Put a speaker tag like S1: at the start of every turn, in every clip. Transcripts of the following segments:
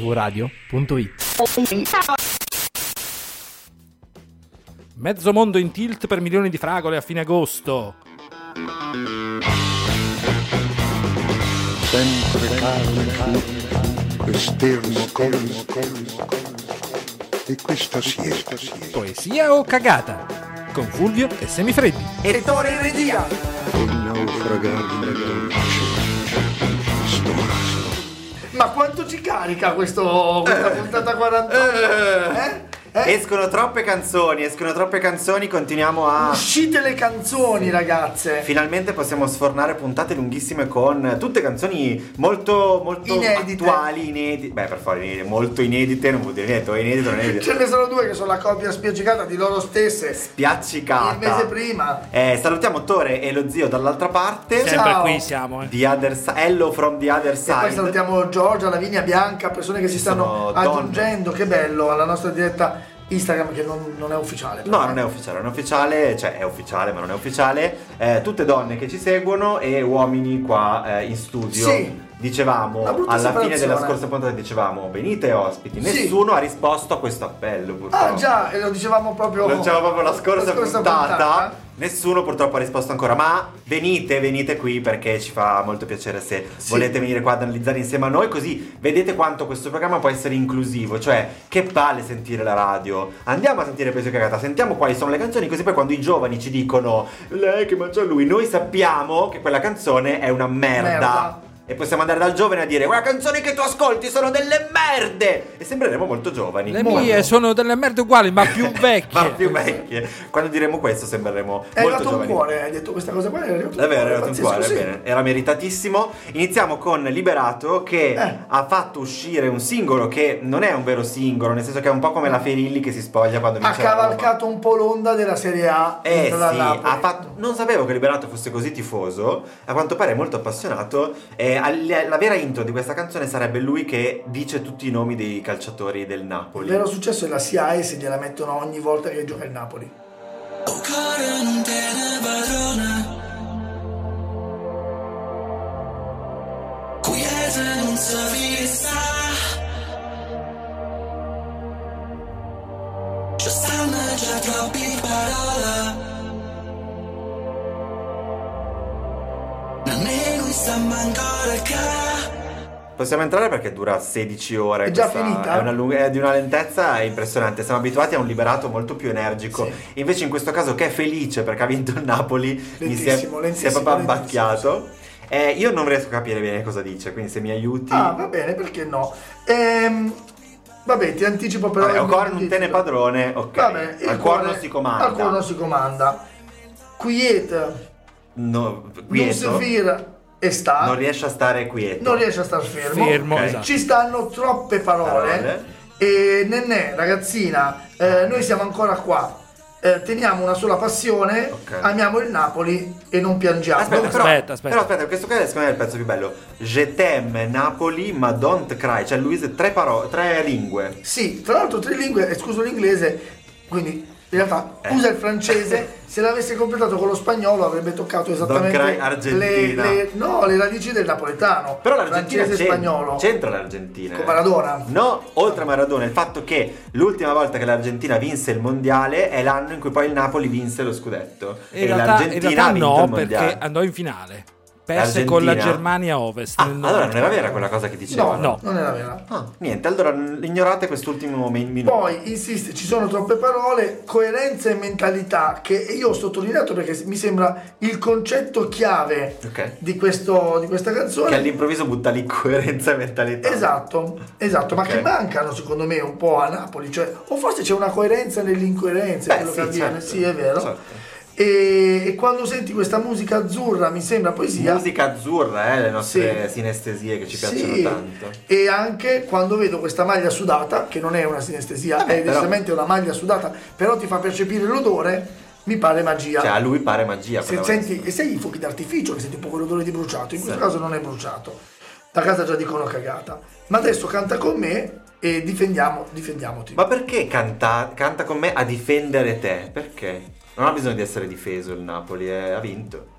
S1: mvradio.it
S2: Mezzo mondo in tilt per milioni di fragole a fine agosto.
S3: sempre caldo, esterno colmo, colmo, e questa siesta, siesta.
S2: Poesia o cagata? Con Fulvio e Semifreddi.
S4: Eh?
S3: un naufragare dolce, storace.
S5: Ma quanto ci carica questo,
S4: Eh.
S5: questa puntata 48? Eh? Eh?
S4: Escono troppe canzoni, escono troppe canzoni, continuiamo a...
S5: Uscite le canzoni, ragazze.
S4: Finalmente possiamo sfornare puntate lunghissime con tutte canzoni molto, molto
S5: Inedite.
S4: attuali, inedite. Beh, per fare inedite, molto inedite, non vuol dire niente, o inedito o non inedito.
S5: Ce ne sono due che sono la coppia spiaccicata di loro stesse.
S4: Piaccicata.
S5: Il mese prima.
S4: Eh, salutiamo Tore e lo zio dall'altra parte.
S5: Sempre Ciao.
S2: qui siamo, eh.
S4: The other side. Hello from the other
S5: E poi
S4: side.
S5: salutiamo Giorgia, Lavinia, Bianca, persone che si stanno
S4: Sono donne.
S5: aggiungendo, che bello, alla nostra diretta Instagram che non, non è ufficiale. però,
S4: No,
S5: eh.
S4: non è ufficiale, non è ufficiale, cioè è ufficiale ma non è ufficiale. Eh, tutte donne che ci seguono e uomini qua eh, in studio.
S5: Sì.
S4: Dicevamo
S5: Una brutta
S4: alla fine
S5: separazione.
S4: della scorsa puntata dicevamo venite ospiti,
S5: Sì.
S4: nessuno ha risposto a questo appello purtroppo.
S5: Ah già, e lo dicevamo proprio...
S4: Non c'era diciamo proprio la scorsa, puntata.
S5: puntata.
S4: Nessuno purtroppo ha risposto ancora, ma venite, venite qui perché ci fa molto piacere se
S5: Sì.
S4: volete venire qua ad analizzare insieme a noi, così vedete quanto questo programma può essere inclusivo, cioè che palle sentire la radio. Andiamo a sentire Peso e Cagata, sentiamo quali sono le canzoni, così poi quando i giovani ci dicono lei che mangia lui, noi sappiamo che quella canzone è una merda.
S5: Merda.
S4: E possiamo andare dal giovane a dire Quelle canzoni che tu ascolti sono delle merde! E sembreremo molto giovani.
S2: Le
S4: Molto.
S2: mie sono delle merde uguali, ma più vecchie.
S4: Ma più vecchie. Quando diremo questo sembreremo
S5: È
S4: molto
S5: arrivato un
S4: giovani.
S5: cuore, hai detto questa cosa qua. È arrivato
S4: È vero, era un
S5: pazzesco,
S4: cuore,
S5: sì.
S4: bene. era meritatissimo. Iniziamo con Liberato che
S5: Eh.
S4: ha fatto uscire un singolo che non è un vero singolo, nel senso che è un po' come la Ferilli che si spoglia quando
S5: Ha
S4: vince la Roma.
S5: cavalcato un po' l'onda della Serie A.
S4: Diciamo, Eh sì,
S5: dentro la Napoli.
S4: ha fatto- non sapevo che Liberato fosse così tifoso, a quanto pare è molto appassionato. Eh, all- la vera intro di questa canzone sarebbe lui che dice tutti i nomi dei calciatori del
S5: Il
S4: Napoli.
S5: vero successo è la SIAE se gliela mettono ogni volta che gioca il Napoli.
S6: Oh caro non te ne padrona Quiete non savi che sta Ci stanno già troppi parole Nemmeno stiamo ancora qua
S4: Possiamo entrare perché dura 16 ore.
S5: È già
S4: questa-
S5: finita?
S4: È, una lunga- è di una lentezza impressionante. Siamo abituati a un liberato molto più energico. Invece, in questo caso, che è felice perché ha vinto il Napoli, mi si è,
S5: Lentissimo, lentissimo,
S4: si è proprio
S5: lentissimo,
S4: abbacchiato. Eh, io non riesco a capire bene cosa dice, quindi se mi aiuti.
S5: Ah, va bene, perché no? Ehm, vabbè, ti anticipo però.
S4: Vabbè,
S5: il
S4: o
S5: mio
S4: cuore non te ne
S5: titolo.
S4: padrone, ok.
S5: Vabbè, il
S4: al cuore non si comanda.
S5: Al cuore non si comanda. Quiet,
S4: No,
S5: non
S4: quieto.
S5: sefir e sta.
S4: Non riesce a stare quieto.
S5: non riesce a star fermo.
S2: Fermo,
S4: Ok.
S2: esatto.
S5: Ci stanno troppe parole.
S4: Parole. Ah.
S5: E Nenè, ragazzina, eh, noi siamo ancora qua. Eh, teniamo una sola passione,
S4: Ok.
S5: amiamo il Napoli e non piangiamo.
S4: Aspetta, però,
S2: Aspetta, aspetta.
S4: però aspetta, questo qua è, secondo me è il pezzo più bello. Je t'aime Napoli, ma don't cry. Cioè, lui usa tre, paro- tre lingue.
S5: Sì, tra l'altro trilingue, escluso l'inglese, quindi in realtà
S4: Eh.
S5: usa il francese, se l'avesse completato con lo spagnolo avrebbe toccato
S4: Don
S5: esattamente
S4: Cry,
S5: le,
S4: Argentina.
S5: le- no, le radici del napoletano,
S4: Però l'Argentina
S5: francese e
S4: c'entra,
S5: spagnolo,
S4: c'entra l'Argentina.
S5: con
S4: eh.
S5: Maradona.
S4: No, oltre a Maradona, il fatto che l'ultima volta che l'Argentina vinse il mondiale è l'anno in cui poi il Napoli vinse lo scudetto.
S2: In
S4: e
S2: realtà, in
S4: l'Argentina
S2: realtà
S4: ha vinto
S2: no,
S4: il mondiale.
S2: perché andò in finale. Perse con la
S4: L'Argentina?
S2: Germania a Ovest.
S4: Ah,
S2: nel
S4: allora non era
S2: 93.
S4: vera quella cosa che
S5: No,
S4: dicevano.
S2: No.
S5: non era vera.
S4: Ah, niente, allora n- ignorate quest'ultimo min- minuto.
S5: Poi, insiste, ci sono troppe parole, coerenza e mentalità, che io ho sottolineato perché mi sembra il concetto chiave
S4: Ok.
S5: di, questo- di questa canzone.
S4: Che all'improvviso butta lì coerenza e mentalità.
S5: Esatto, esatto, ma
S4: Ok.
S5: che mancano secondo me un po' a Napoli, cioè, o forse c'è una coerenza nell'incoerenza,
S4: Beh,
S5: è quello
S4: sì,
S5: che avviene,
S4: certo,
S5: sì è vero.
S4: certo.
S5: E, e quando senti questa musica azzurra mi sembra poesia.
S4: Musica azzurra, eh, le nostre
S5: ah. Sì.
S4: sinestesie che ci piacciono
S5: Sì, Ah.
S4: tanto.
S5: e anche quando vedo questa maglia sudata, che non è una sinestesia,
S4: Vabbè,
S5: è
S4: Eh però-
S5: decisamente una maglia sudata, però ti fa percepire l'odore, mi pare magia.
S4: Cioè, a lui pare magia.
S5: Se
S4: quella
S5: senti, e sei i fuochi d'artificio che senti un po' quell'odore di bruciato, in questo caso non è bruciato. Da casa già dicono cagata. Ma adesso canta con me e difendiamo, difendiamoti.
S4: Ma perché canta, canta con me a difendere te? Perché? Non ha bisogno di essere difeso il Napoli, eh, ha vinto.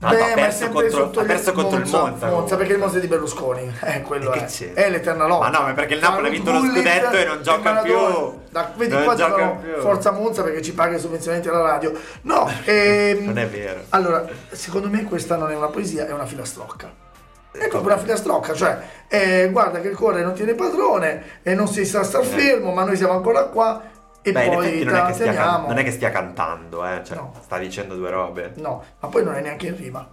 S4: No, no, ha perso contro, ha perso contro il Monza.
S5: Monza perché il Monza è di Berlusconi. Eh, quello
S4: E
S5: è.
S4: che c'è?
S5: È l'eterna lotta.
S4: Ma no, ma perché il Napoli ha vinto lo
S5: Gullit
S4: scudetto e non gioca
S5: Maradona.
S4: più.
S5: Da- vedi
S4: Non
S5: qua
S4: gioca
S5: giocano
S4: più.
S5: Forza Monza perché ci paga i sovvenzionamenti alla radio. No, ehm,
S4: Non è vero.
S5: Allora, secondo me questa non è una poesia, è una filastrocca.
S4: Eh,
S5: È proprio una filastrocca, cioè eh, guarda che il cuore non tiene padrone e non si sa star fermo, ma noi siamo ancora qua e
S4: Eh. Beh, in
S5: poi
S4: effetti non è, che stia, can-
S5: teniamo.
S4: non è che stia cantando, eh. Cioè,
S5: No.
S4: sta dicendo due robe.
S5: No, ma poi non è neanche in rima.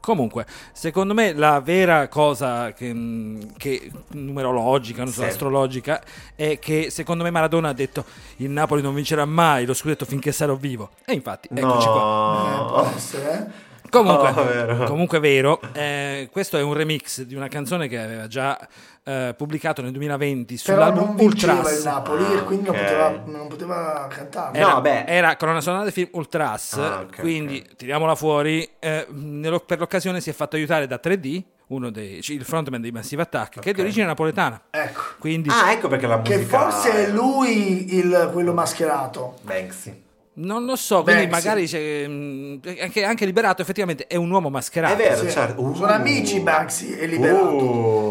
S2: Comunque, secondo me la vera cosa che, mh, che numerologica, non so,
S4: Sì.
S2: astrologica, è che secondo me Maradona ha detto il Napoli non vincerà mai lo scudetto finché sarò vivo. E infatti, eccoci qua.
S5: Eh, può essere, eh.
S2: Comunque,
S4: Oh, vero.
S2: comunque è vero, eh, questo è un remix di una canzone che aveva già eh, pubblicato nel 2020
S5: Però
S2: sull'album
S5: non vinceva il
S2: Ultras.
S5: Napoli e quindi non
S4: Ah, ok.
S5: poteva, non poteva cantarlo.
S4: Eh,
S2: Era,
S4: No, beh.
S2: era colonna sonora del film Ultras,
S4: Ah, ok,
S2: quindi tiriamola fuori. eh, nello- per l'occasione si è fatto aiutare da 3D, uno dei, c- il frontman dei Massive Attack, che è di origine napoletana.
S5: Ecco.
S2: Quindi,
S4: Ah, ecco perché la musica...
S5: Che forse è lui il, quello mascherato.
S4: Banksy.
S2: non lo so,
S5: Beh,
S2: quindi
S5: sì.
S2: magari c'è, mh, anche, anche Liberato effettivamente è un uomo mascherato.
S4: È vero,
S5: sì.
S4: certo. Uh.
S5: Sono amici Banksy e Liberato.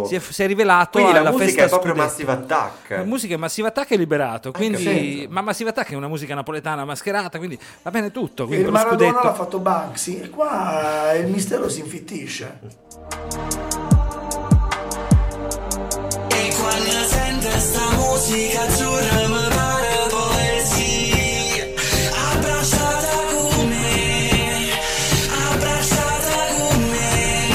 S4: Uh.
S2: Si è, si è rivelato
S4: Quindi
S2: alla
S4: la musica
S2: festa
S4: è proprio
S2: Scudetto.
S4: Massive Attack.
S2: La musica è Massive Attack e Liberato, quindi,
S4: capito.
S2: ma Massive Attack è una musica napoletana mascherata, quindi va bene tutto.
S5: E
S2: Quindi
S5: il
S2: lo
S5: Maradona
S2: scudetto.
S5: l'ha fatto Banksy e qua il mistero si infittisce.
S6: E quando sento sta musica azzurra mi pare poesia Abbracciata con me, abbracciata con me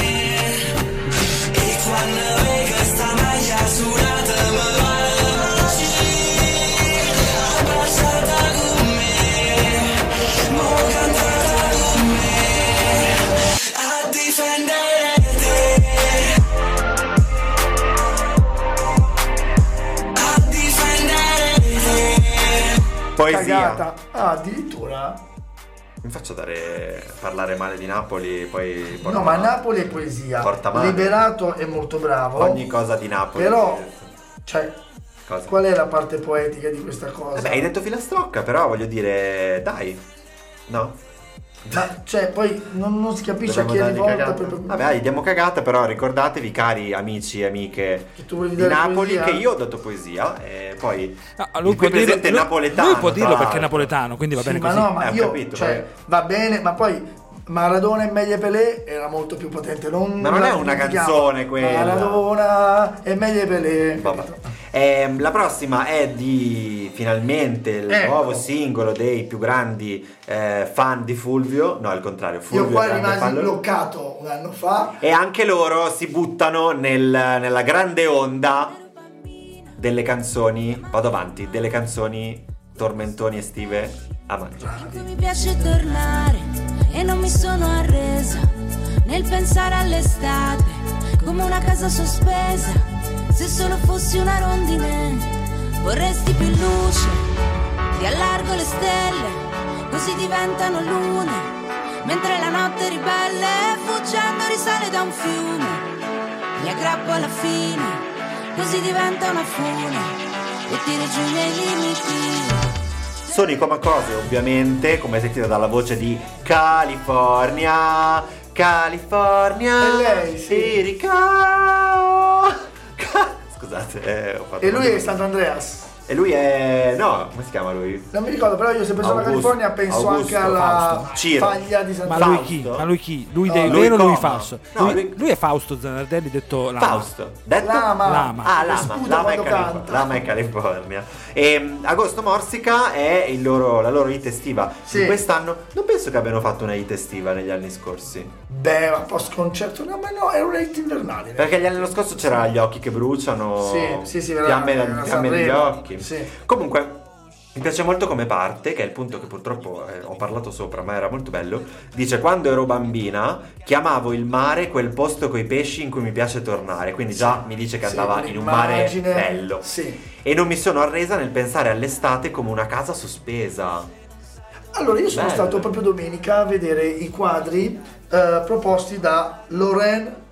S6: E quando vedo sta maglia sudata mi pare magia Abbracciata con me, mo cantata con me A difendere te A difendere te
S4: Poesia.
S5: Cagata. Ah, addirittura?
S4: Mi faccio dare parlare male di Napoli, poi porta-
S5: No, ma Napoli è poesia.
S4: Porta male.
S5: Liberato è molto bravo.
S4: ogni cosa di Napoli.
S5: Però, cioè,
S4: Cosa?
S5: qual è la parte poetica di questa cosa?
S4: Vabbè, Eh hai detto filastrocca, però voglio dire, dai. No?
S5: Ma, cioè, poi non, non si capisce
S4: Dobbiamo
S5: a chi è
S4: dargli
S5: rivolta.
S4: cagata?
S5: per-
S4: Vabbè, dai, diamo cagata, però ricordatevi, cari amici e amiche
S5: Che tu volevi
S4: di
S5: dare
S4: Napoli,
S5: poesia?
S4: che io ho dato poesia e poi
S2: Ah,
S4: il qui presente è
S2: lui-
S4: napoletano.
S2: lui può dirlo
S4: tra
S2: perché è
S4: l'altro.
S2: napoletano, quindi va
S5: Sì,
S2: bene
S5: ma
S2: così.
S5: no, ma
S4: Eh, ho
S5: io,
S4: capito,
S5: cioè,
S4: vabbè.
S5: va bene, ma poi Maradona e meglio Pelé era molto più potente. Non
S4: Ma non
S5: la
S4: è una
S5: dimentichiamo.
S4: canzone quella.
S5: Maradona e meglio Pelé.
S4: Vabbè.
S5: capito?
S4: Ehm, la prossima è di finalmente il
S5: Ecco.
S4: nuovo singolo dei più grandi eh, fan di Fulvio. No, al contrario, Fulvio
S5: Io qua
S4: è grande
S5: rimasi
S4: fan loro.
S5: bloccato un anno fa.
S4: E anche loro si buttano nel- nella grande onda delle canzoni. Vado avanti, delle canzoni tormentoni estive a maggio.
S1: cui mi piace tornare e non mi sono arresa nel pensare all'estate come una casa sospesa. Se solo fossi una rondine vorresti più luce, ti allargo le stelle così diventano lune, mentre la notte ribelle fuggendo risale da un fiume. Mi aggrappo alla fine così diventa una fune e tiro giù i miei limiti.
S4: Sono i come cose, ovviamente, come sentite dalla voce di California. California.
S5: E lei, sì.
S4: Erika. Scusate, eh, ho fatto
S5: E lui è
S4: molto-
S5: Sant'Andreas.
S4: E lui è. No, come si chiama lui?
S5: Non mi ricordo, però io se penso alla
S4: Augusto-
S5: California penso
S4: Augusto
S5: anche alla
S4: Fausto. Ciro.
S5: faglia di
S2: Ma
S5: Sant'Andreas.
S2: lui
S4: Fausto?
S2: chi? Ma lui chi? Lui
S5: No,
S2: dei
S4: lui
S2: vero o lui
S4: Como?
S2: falso?
S4: No,
S2: lui,
S4: lui-
S2: lui è Fausto Zanardelli detto Lama.
S4: Fausto. Detto?
S5: Lama.
S2: Lama.
S4: Ah,
S5: Lo
S4: Lama,
S5: sputa
S4: Lama, è
S5: quando
S4: California,
S5: canta.
S4: Lama è California. E mm, Agosto Morsica è il loro- la loro hit estiva
S5: Sì.
S4: di quest'anno. Non penso che abbiano fatto una hit estiva negli anni scorsi.
S5: Beh, ma post concerto, no, ma no, è un rate invernale.
S4: Perché l'anno scorso c'era gli occhi che bruciano,
S5: Sì, sì, sì, era-
S4: fiamme,
S5: era
S4: fiamme negli
S5: Sanremo,
S4: occhi.
S5: sì.
S4: Comunque, mi piace molto come parte, che è il punto che purtroppo eh, ho parlato sopra, ma era molto bello. Dice: Quando ero bambina, chiamavo il mare quel posto coi pesci in cui mi piace tornare. Quindi già mi dice che
S5: Sì,
S4: andava in un mare
S5: un'immagine-
S4: bello.
S5: Sì.
S4: E non mi sono arresa nel pensare all'estate come una casa sospesa.
S5: Allora, io sono
S4: Bello.
S5: stato proprio domenica a vedere i quadri eh, proposti da Lorraine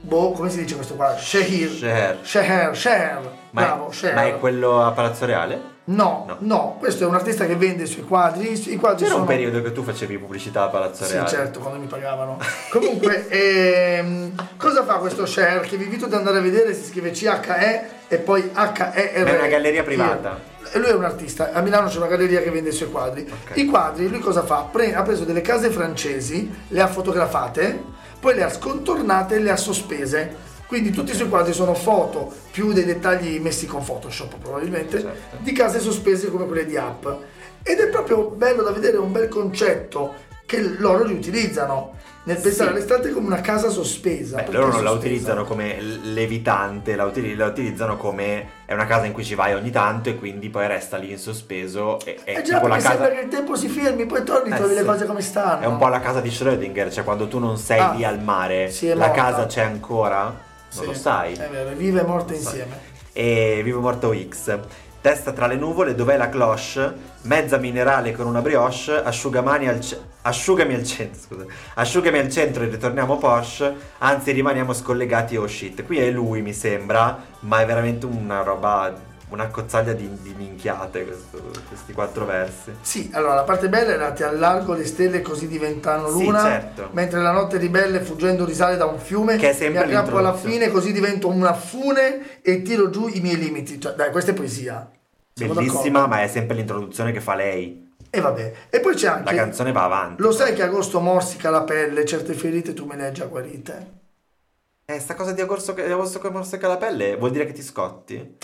S5: boh, come si dice questo qua? Shehir.
S4: Sheher.
S5: Sheher, Sheher.
S4: Ma, è-
S5: Bravo, cioè, Sheher.
S4: ma è quello a Palazzo Reale?
S5: No,
S4: No.
S5: no, questo è un artista che vende i suoi quadri. I suoi quadri
S4: C'era
S5: sono...
S4: un periodo che tu facevi pubblicità a Palazzo
S5: Sì,
S4: Reale.
S5: certo, quando mi pagavano. Comunque, ehm, cosa fa questo share? Che vi invito ad andare a vedere, si scrive CHE e poi HER.
S4: Ma è una galleria privata?
S5: E lui è un artista, a Milano c'è una galleria che vende i suoi quadri.
S4: Ok.
S5: I quadri, lui cosa fa? Pre- ha preso delle case francesi, le ha fotografate, poi le ha scontornate e le ha sospese. Quindi tutti i suoi quadri sono foto, più dei dettagli messi con Photoshop probabilmente,
S4: Certo.
S5: di case sospese come quelle di app. Ed è proprio bello da vedere, è un bel concetto che loro riutilizzano nel pensare all'estate come una casa sospesa.
S4: Beh,
S5: Perché
S4: loro non la
S5: sospesa?
S4: utilizzano come l- levitante, la, utili- la utilizzano come è una casa in cui ci vai ogni tanto e quindi poi resta lì in sospeso e è
S5: Eh già,
S4: tipo la
S5: perché sembra
S4: casa
S5: che il tempo si fermi, poi torni,
S4: Eh
S5: trovi le
S4: sì.
S5: cose come stanno.
S4: è un po' la casa di Schrödinger, cioè quando tu non sei
S5: Ah.
S4: lì al mare,
S5: Sì, è
S4: la
S5: morta.
S4: casa c'è ancora? Non
S5: Sì, Eh,
S4: lo sai.
S5: È vero, è viva e morta
S4: sai.
S5: insieme.
S4: E vivo morto X. Testa tra le nuvole, dov'è la cloche? Mezza minerale con una brioche, asciugamani al ce- asciugami al centro, scusa. Asciugami al centro e ritorniamo Porsche, anzi rimaniamo scollegati oh shit. Qui è lui, mi sembra, ma è veramente una roba una cozzaglia di, di minchiate questo- questi quattro versi.
S5: Sì, allora la parte bella è nati al largo le stelle così diventano
S4: Sì,
S5: luna,
S4: certo.
S5: mentre la notte ribelle fuggendo risale da un fiume
S4: Che è sempre
S5: mi aggrappo alla
S4: l'introduzione.
S5: fine così divento una fune e tiro giù i miei limiti. Cioè, dai, questa è poesia. Siamo d'accordo?
S4: Bellissima, ma è sempre l'introduzione che fa lei.
S5: E vabbè. E poi c'è
S4: La
S5: anche
S4: canzone va avanti.
S5: Lo sai che agosto morsica la pelle, certe ferite tu me ne hai già guarite.
S4: Eh, sta cosa di agosto che, di agosto che morseca la pelle vuol dire che ti scotti?
S5: E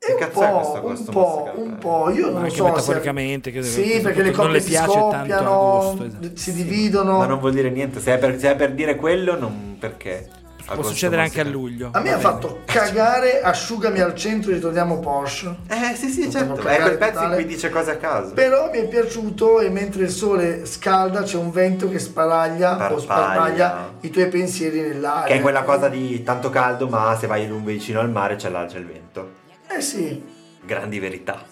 S4: Che
S5: un
S4: cazzo è questo
S5: po', un
S4: agosto morseca
S5: po',
S4: la
S5: un
S4: pelle?
S5: po', io
S2: Ma
S5: non
S2: anche
S5: so
S2: metaforicamente,
S5: se...
S2: credo che
S5: Sì,
S2: questo
S5: perché le
S2: non le
S5: coppie si
S2: piace tanto
S5: scoppiano,
S2: agosto, esatto.
S5: si
S2: Sì,
S5: dividono.
S4: Ma non vuol dire niente, se è per, se è per dire quello, non perché.
S2: Può
S4: Agosto
S2: succedere anche a
S4: morseca-
S2: luglio.
S5: A me
S2: Va
S5: ha
S2: bene.
S5: fatto cagare, asciugami al centro e ritorniamo Porsche.
S4: Eh sì sì
S5: Non
S4: certo,
S5: devo
S4: è quel
S5: cagare
S4: pezzo in
S5: totale.
S4: cui dice cose a caso.
S5: Però mi è piaciuto e mentre il sole scalda c'è un vento che sparaglia
S4: Sparpaglia.
S5: o sparpaglia i tuoi pensieri nell'aria.
S4: Che è quella cosa di tanto caldo, ma se vai in un vicino al mare c'è l'alce e il vento.
S5: Eh sì,
S4: Grandi verità.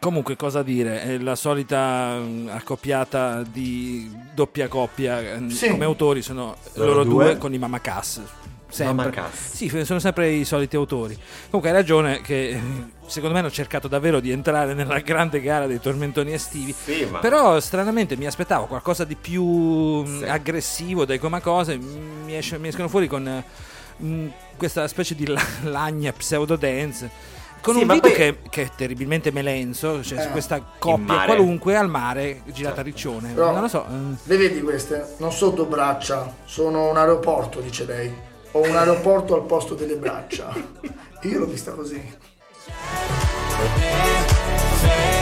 S2: Comunque, cosa dire? È la solita mm, accoppiata di doppia coppia eh,
S5: Sì.
S2: come autori sono
S4: Loro
S2: loro,
S4: due.
S2: due. con i Mama Cass. Sempre.
S4: Mama Cass.
S2: Sì, f- sono sempre i soliti autori. Comunque hai ragione che eh, secondo me hanno cercato davvero di entrare nella grande gara dei tormentoni estivi.
S4: Sì, ma
S2: Però stranamente mi aspettavo qualcosa di più mh,
S4: Sì.
S2: aggressivo dai comacose, mh, mi, esce- mi escono fuori con mh, questa specie di la- lagna pseudo dance. Con
S4: Sì,
S2: un
S4: ma
S2: video
S4: poi-
S2: che, che è terribilmente melenzo, cioè su
S5: Eh.
S2: questa
S4: In
S2: coppia
S4: mare.
S2: qualunque al mare girata a riccione.
S5: Però-
S2: Non lo so. eh.
S5: le vedi queste? Non sono braccia, sono un aeroporto, dice lei. Ho un aeroporto al posto delle braccia. Io l'ho vista così.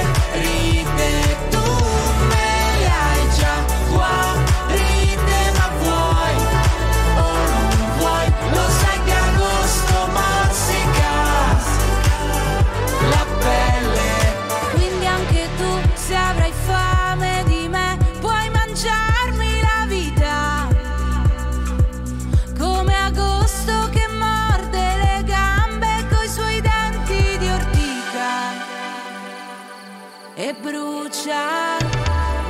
S6: ferite tu me le hai già guarite ma vuoi o non vuoi lo sai che agosto morsica la pelle
S1: Quindi anche tu, se avrai fame di me, puoi mangiarmi la vita. Come agosto che morde le gambe coi suoi denti di ortica e brucia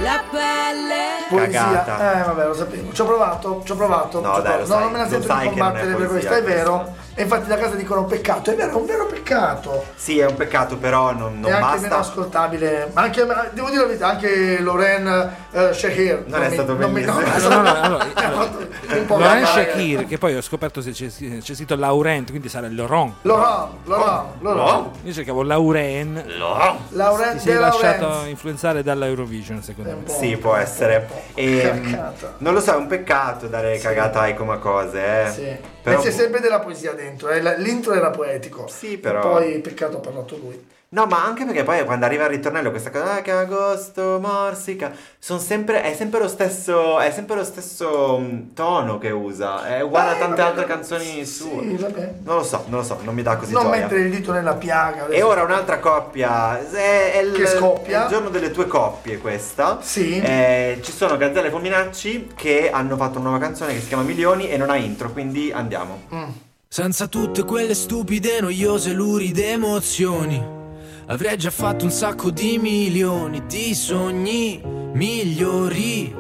S1: la pelle.
S5: Poesia.
S4: Cagata.
S5: Eh, vabbè, lo sapevo. Ci ho provato, ci ho provato.
S4: No,
S5: ci ho
S4: dai, lo
S5: provato.
S4: sai,
S5: non me la
S4: lo
S5: sento
S4: sai
S5: di
S4: che non è
S5: combattere per
S4: poesia
S5: questa, è
S4: questa.
S5: vero. E infatti da casa dicono peccato, è vero, è un vero peccato.
S4: sì, è un peccato, però non,
S5: è
S4: non
S5: anche meno
S4: basta.
S5: ascoltabile. Ma anche, ma devo dire la verità, anche Loren eh, Shahir.
S4: Non è stato bellissimo.
S2: Allora, no, no, allora, allora,
S5: esatto. un po'
S2: Laurent
S5: cantare.
S2: Shakir, che poi ho scoperto se c'è, c'è scritto Laurent, quindi sarà il Laurent.
S5: Laurent, Laurent, Laurent.
S4: Oh, No?
S2: Io cercavo Lauren.
S4: No.
S2: Ti
S5: Laurent
S2: sei
S5: De
S2: lasciato
S5: Laurent.
S2: influenzare dall'Eurovision, secondo
S5: È un
S2: me.
S5: po'
S4: Sì, può essere. Ehm,
S5: Cagata.
S4: non lo so, è un peccato dare cagata ai comacose, eh.
S5: Sì.
S4: Però-
S5: E c'è sempre della poesia dentro, eh, la- l'intro era poetico.
S4: Sì, però-
S5: E poi peccato ha parlato lui.
S4: No, ma anche perché poi quando arriva il ritornello, questa cosa ah, che agosto, morsica, son sempre, è sempre lo stesso, è sempre lo stesso mh, tono che usa, è uguale a
S5: Eh,
S4: tante
S5: vabbè,
S4: altre canzoni sue.
S5: Sì, vabbè.
S4: Non lo so, non lo so, non mi dà così
S5: Non
S4: gioia.
S5: mettere il dito nella piaga.
S4: E
S5: adesso.
S4: ora un'altra coppia, è, è il,
S5: Che scoppia.
S4: è il giorno delle tue coppie questa.
S5: Sì.
S4: Eh, ci sono Gazzelle e Fominacci che hanno fatto una nuova canzone che si chiama Milioni e non ha intro, quindi andiamo.
S5: Mm.
S7: Senza tutte quelle stupide, noiose, luride emozioni. Avrei già fatto un sacco di milioni di sogni migliori.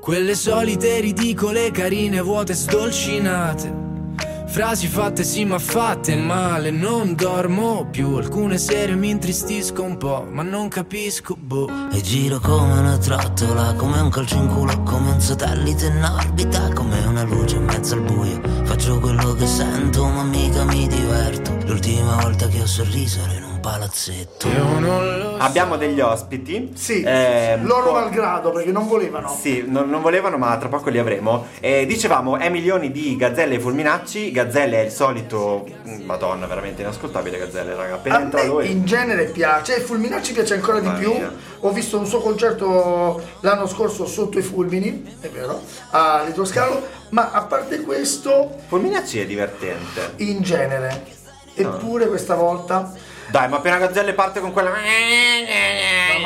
S7: Quelle solite ridicole, carine, vuote, sdolcinate. Frasi fatte sì ma fatte male, non dormo più. Alcune sere mi intristisco un po', ma non capisco, boh.
S8: E giro come una trottola, come un calcio in culo, come un satellite in orbita, come una luce in mezzo al buio. Faccio quello che sento, ma mica mi diverto. L'ultima volta che ho sorriso era in un palazzetto.
S7: Io non lo
S4: Abbiamo degli ospiti.
S5: Sì,
S4: Eh,
S5: loro
S4: po-
S5: malgrado perché non volevano.
S4: Sì, non, non volevano, ma tra poco li avremo. Eh, dicevamo, è milioni di gazzelle e fulminacci. Gazzelle è il solito. mm, Madonna, veramente inascoltabile Gazzelle, raga. Appena
S5: A
S4: entra
S5: me
S4: lui.
S5: in genere piace, e Fulminacci piace ancora di
S4: Mamma
S5: più.
S4: mia.
S5: Ho visto un suo concerto l'anno scorso sotto i fulmini, è vero, all'idroscalo, ma a parte questo,
S4: Fulminacci è divertente.
S5: in genere.
S4: Ah.
S5: Eppure questa volta,
S4: Dai, ma appena Gazzelle parte con quella.
S5: no, ma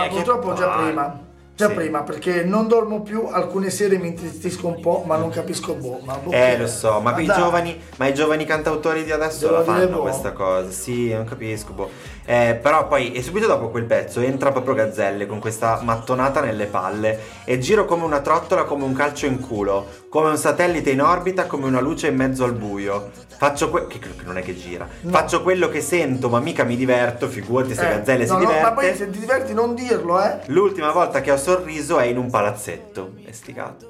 S4: Eh, Che
S5: purtroppo già
S4: palle.
S5: prima. Già
S4: Sì.
S5: prima, perché non dormo più, alcune sere mi intristisco un po', ma non capisco boh. Ma boh
S4: Eh
S5: che-
S4: lo so, ma, i
S5: dai.
S4: giovani, ma i giovani cantautori di adesso
S5: Devo
S4: la
S5: dire
S4: fanno
S5: boh.
S4: questa cosa, sì, non capisco. boh. Eh, però poi, e subito dopo quel pezzo, entra proprio Gazzelle con questa mattonata nelle palle e giro come una trottola, come un calcio in culo, come un satellite in orbita, come una luce in mezzo al buio. Faccio que- che, che non è che gira, faccio quello che sento, ma mica mi diverto, figurati se
S5: Eh,
S4: Gazzelle
S5: no,
S4: si
S5: no,
S4: diverte.
S5: ma poi se ti diverti non dirlo, eh.
S4: L'ultima volta che ho sorriso è in un palazzetto. E sti cazzi.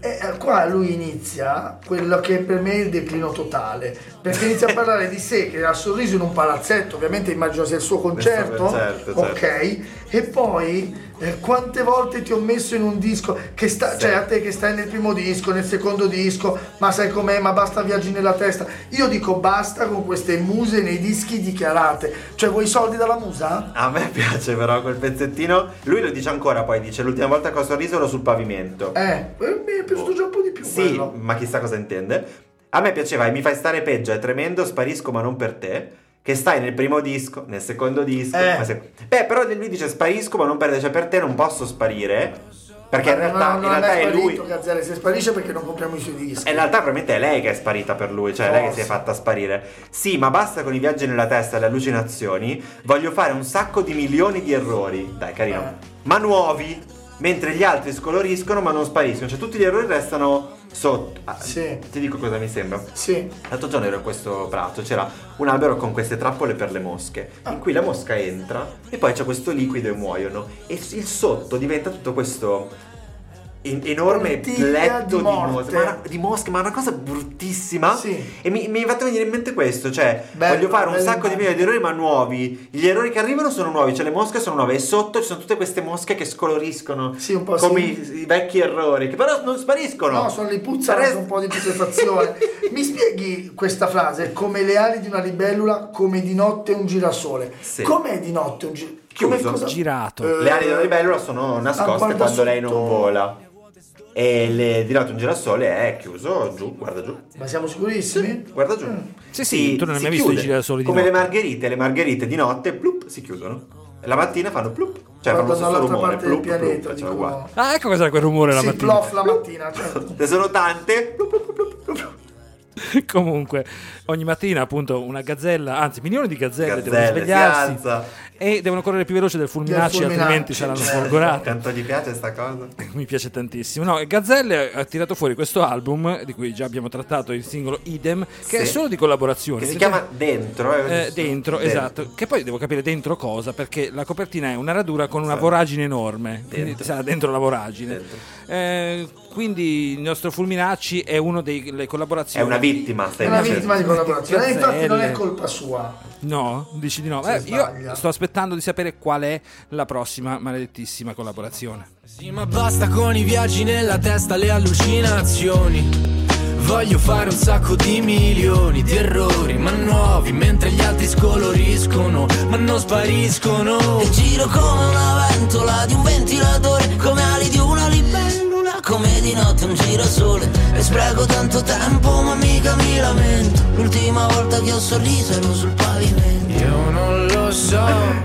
S5: E eh, qua lui inizia quello che per me è il declino totale, perché inizia a parlare di sé, che ha il sorriso in un palazzetto, ovviamente immagino sia il suo concerto,
S4: Certo, certo.
S5: ok? E poi eh, quante volte ti ho messo in un disco, che sta, cioè a te che stai nel primo disco, nel secondo disco, ma sai com'è, ma basta viaggi nella testa. Io dico basta con queste muse nei dischi dichiarate, cioè vuoi i soldi dalla musa?
S4: A me piace però quel pezzettino. Lui lo dice ancora poi, dice l'ultima volta che ho sorriso ero sul pavimento.
S5: Eh, eh, mi è piaciuto già un po' di più
S4: sì,
S5: quello.
S4: ma chissà cosa intende. A me piaceva e mi fai stare peggio, è tremendo, sparisco ma non per te. Che stai nel primo disco, nel secondo disco.
S5: Eh.
S4: ma se- Beh, però lui dice sparisco ma non per te, cioè per te non posso sparire. Perché in
S5: Ma
S4: realtà,
S5: non,
S4: in realtà
S5: è
S4: è
S5: sparito,
S4: lui.
S5: Gazzelle, se sparisce perché non compriamo i suoi dischi.
S4: E Eh, in realtà probabilmente è lei che è sparita per lui, cioè è lei che si è
S5: Forse.
S4: fatta sparire. Sì, ma basta con i viaggi nella testa e le allucinazioni. Voglio fare un sacco di milioni di errori. Dai, carino.
S5: Eh.
S4: Ma nuovi, mentre gli altri scoloriscono ma non spariscono. Cioè tutti gli errori restano sotto. Ah,
S5: Sì.
S4: Ti dico cosa mi sembra.
S5: Sì,
S4: L'altro giorno ero in questo prato, c'era un albero con queste trappole per le mosche, in cui la mosca entra e poi c'è questo liquido e muoiono. E s- il sotto diventa tutto questo en- enorme
S5: Ortiga
S4: pletto
S5: di
S4: di,
S5: morte.
S4: mosche, ma una- di mosche, ma una cosa bruttissima.
S5: Sì.
S4: E mi, mi è fatto venire in mente questo, cioè
S5: Bello,
S4: voglio fare un
S5: bella
S4: sacco di
S5: immagine.
S4: milioni di errori ma nuovi. Gli errori che arrivano sono nuovi, cioè le mosche sono nuove e sotto ci sono tutte queste mosche che scoloriscono
S5: Sì, un po'
S4: come
S5: sì.
S4: i, i vecchi errori, che però non spariscono.
S5: no, sono le puzza
S4: Rest-
S5: un po' di putrefazione. Mi spieghi questa frase? Come le ali di una libellula, come di notte un girasole.
S4: Sì.
S5: Com'è di notte un girasole?
S4: Chiuso,
S2: girato.
S4: Esatto. Le ali della libellula sono nascoste
S5: guarda
S4: quando lei
S5: sotto.
S4: non vola. E le, di lato un girasole è chiuso giù, guarda giù.
S5: Ma siamo sicurissimi?
S4: Guarda giù.
S2: Sì, sì,
S4: Si-
S2: tu non hai
S4: si
S2: mai visto i
S4: chiude.
S2: girasoli di
S4: Come le
S2: notte.
S4: margherite, le margherite di notte plup, si chiudono. E La mattina fanno plup, cioè
S5: Guarda
S4: fanno lo stesso
S5: dall'altra
S4: rumore,
S5: parte del
S4: plup, plup,
S5: pianeta,
S4: cioè
S5: dicono-
S4: uguale.
S2: Ah, ecco cos'era quel rumore la
S5: Sì,
S2: mattina.
S5: plof la mattina, certo.
S4: Ne sono tante. plup, plup, plup, plup, plup.
S2: Comunque, ogni mattina, appunto, una gazzella, anzi, milioni di gazzelle, devono
S4: Gazzelle, si
S2: svegliarsi
S4: alza.
S2: e devono correre più veloce del fulminacci,
S5: Del fulminacci,
S2: altrimenti saranno
S5: certo.
S2: folgorate.
S4: Tanto gli piace sta cosa?
S2: Mi piace tantissimo. No, Gazzelle ha tirato fuori questo album, di cui già abbiamo trattato il singolo Idem, che
S4: Sì.
S2: è solo di collaborazioni.
S4: Che si
S2: Ed è-
S4: chiama Dentro. eh,
S2: Eh, dentro, esatto. Che poi devo capire dentro cosa, perché la copertina è una radura con una voragine enorme. Quindi
S4: Dentro.
S2: sarà dentro la voragine.
S4: Dentro.
S2: Eh, quindi il nostro Fulminacci è uno delle
S4: È
S2: collaborazioni.
S4: una vittima, stai
S5: È una
S4: dicendo.
S5: vittima di
S2: Cioè,
S5: collaborazione. E infatti non è
S2: Gazzelle.
S5: colpa sua.
S2: No? Dici di no?
S5: Se
S2: Eh,
S5: sbaglia.
S2: io sto aspettando di sapere qual è la prossima maledettissima collaborazione.
S7: Sì, ma basta con i viaggi nella testa, le allucinazioni. Voglio fare un sacco di milioni di errori, ma nuovi, mentre gli altri scoloriscono, ma non spariscono.
S8: E giro come una ventola di un ventilatore, come ali di una libellula, come di notte un girasole. E spreco tanto tempo, ma mica mi lamento. L'ultima volta che ho sorriso ero sul pavimento.
S7: Io non lo lo so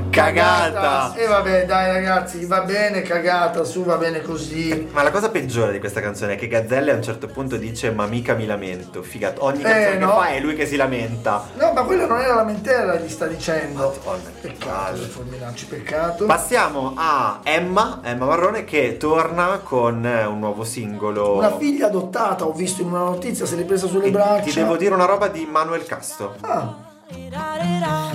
S4: Cagata!
S5: E vabbè, dai ragazzi, va bene cagata, su va bene così.
S4: Ma la cosa peggiore di questa canzone è che Gazzelle a un certo punto dice ma mica mi lamento, figato. Ogni canzone
S5: Eh, no.
S4: che fa è lui che si lamenta.
S5: No, ma quella non era lamentela, gli sta dicendo.
S4: Madonna, che
S5: Peccato,
S4: palle.
S5: Forminacci, peccato.
S4: Passiamo a Emma, Emma Marrone che torna con eh, un nuovo singolo.
S5: Una figlia adottata, ho visto in una notizia, se l'è presa sulle
S4: Ti-
S5: braccia.
S4: Ti devo dire una roba di Manuel Casto.
S5: Ah,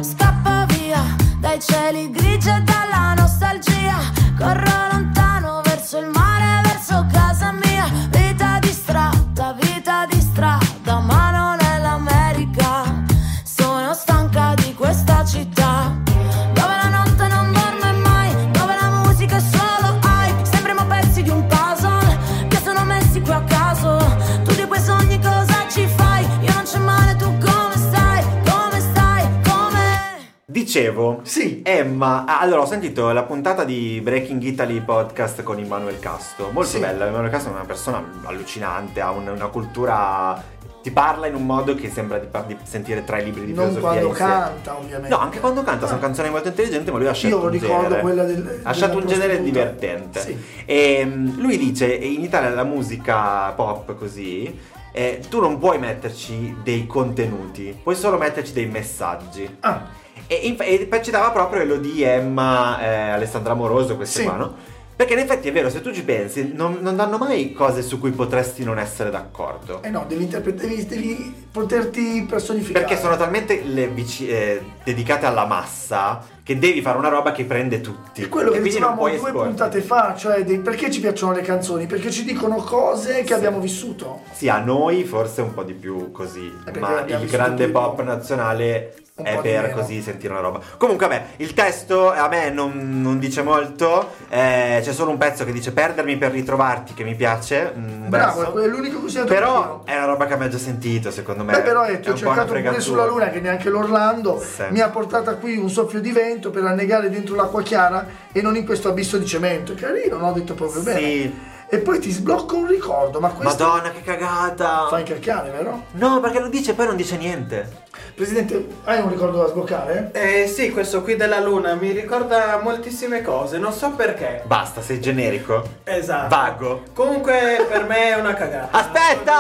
S1: Scappa via dai cieli grigi e dalla nostalgia. Corro lontano verso il mare, verso casa mia. Vita distratta, vita distratta, ma non è l'America. Sono stanca di questa città. Dove la notte non dorme mai, dove la musica è solo hype. Sembriamo pezzi di un puzzle che sono messi qui a caso. Tu di quei sogni cosa ci fai? Io non c'è male, tu come stai? Come stai? Come?
S4: Dicevo,
S5: Sì.
S4: Emma. ah, Allora, ho sentito la puntata di Breaking Italy podcast con Immanuel Casto. Molto
S5: Sì.
S4: bella. Immanuel Casto è una persona allucinante, ha un- una cultura. Ti parla in un modo che sembra di, par- di sentire tre libri di
S5: non
S4: filosofia.
S5: quando
S4: insieme.
S5: canta, ovviamente.
S4: No, anche quando canta, sono canzoni molto intelligenti, ma lui ha scelto
S5: lo
S4: un
S5: ricordo
S4: genere.
S5: quella del- della
S4: ha scelto un genere
S5: prostituta.
S4: divertente.
S5: Sì.
S4: E mm, lui dice, "E in Italia la musica pop così, eh, tu non puoi metterci dei contenuti, puoi solo metterci dei messaggi.
S5: Ah,
S4: E, inf- e poi citava proprio lo di Emma, eh, Alessandra Amoroso, queste
S5: Sì.
S4: qua, no? Perché in effetti è vero, se tu ci pensi, non, non danno mai cose su cui potresti non essere d'accordo.
S5: eh no, devi, interpre- devi, devi poterti personificare.
S4: Perché sono talmente le vici- eh, dedicate alla massa che devi fare una roba che prende tutti.
S5: È quello che
S4: quindi non
S5: dicevamo
S4: puoi
S5: due
S4: esporti.
S5: puntate fa, cioè dei- perché ci piacciono le canzoni? Perché ci dicono cose che abbiamo vissuto.
S4: Sì, a noi forse un po' di più così,
S5: Eh, perché
S4: ma
S5: abbiamo
S4: il
S5: vissuto
S4: grande
S5: di più.
S4: pop nazionale
S5: Un
S4: è
S5: po' di
S4: per
S5: meno.
S4: così sentire una roba. Comunque, vabbè, il testo a me non, non dice molto. eh, c'è solo un pezzo che dice perdermi per ritrovarti, che mi piace. un verso.
S5: Bravo, è l'unico che si è
S4: Però è una roba che abbiamo già sentito, secondo me.
S5: Beh, però eh, ti
S4: è
S5: ho
S4: un po' una
S5: cercato pure
S4: fregatura.
S5: sulla luna che neanche l'Orlando
S4: Sì.
S5: mi ha portata qui un soffio di vento per annegare dentro l'acqua chiara e non in questo abisso di cemento. È Carino, no? Ho detto proprio
S4: Sì.
S5: bene. E poi ti sblocca un ricordo, ma questo
S4: Madonna, che cagata!
S5: fa incacchiare, vero?
S4: No, perché lo dice e poi non dice niente.
S5: Presidente, hai un ricordo da sbloccare?
S9: Eh sì, questo qui della luna mi ricorda moltissime cose, non so perché.
S4: Basta, sei generico.
S9: Esatto.
S4: Vago.
S9: Comunque per me è una cagata.
S4: Aspetta!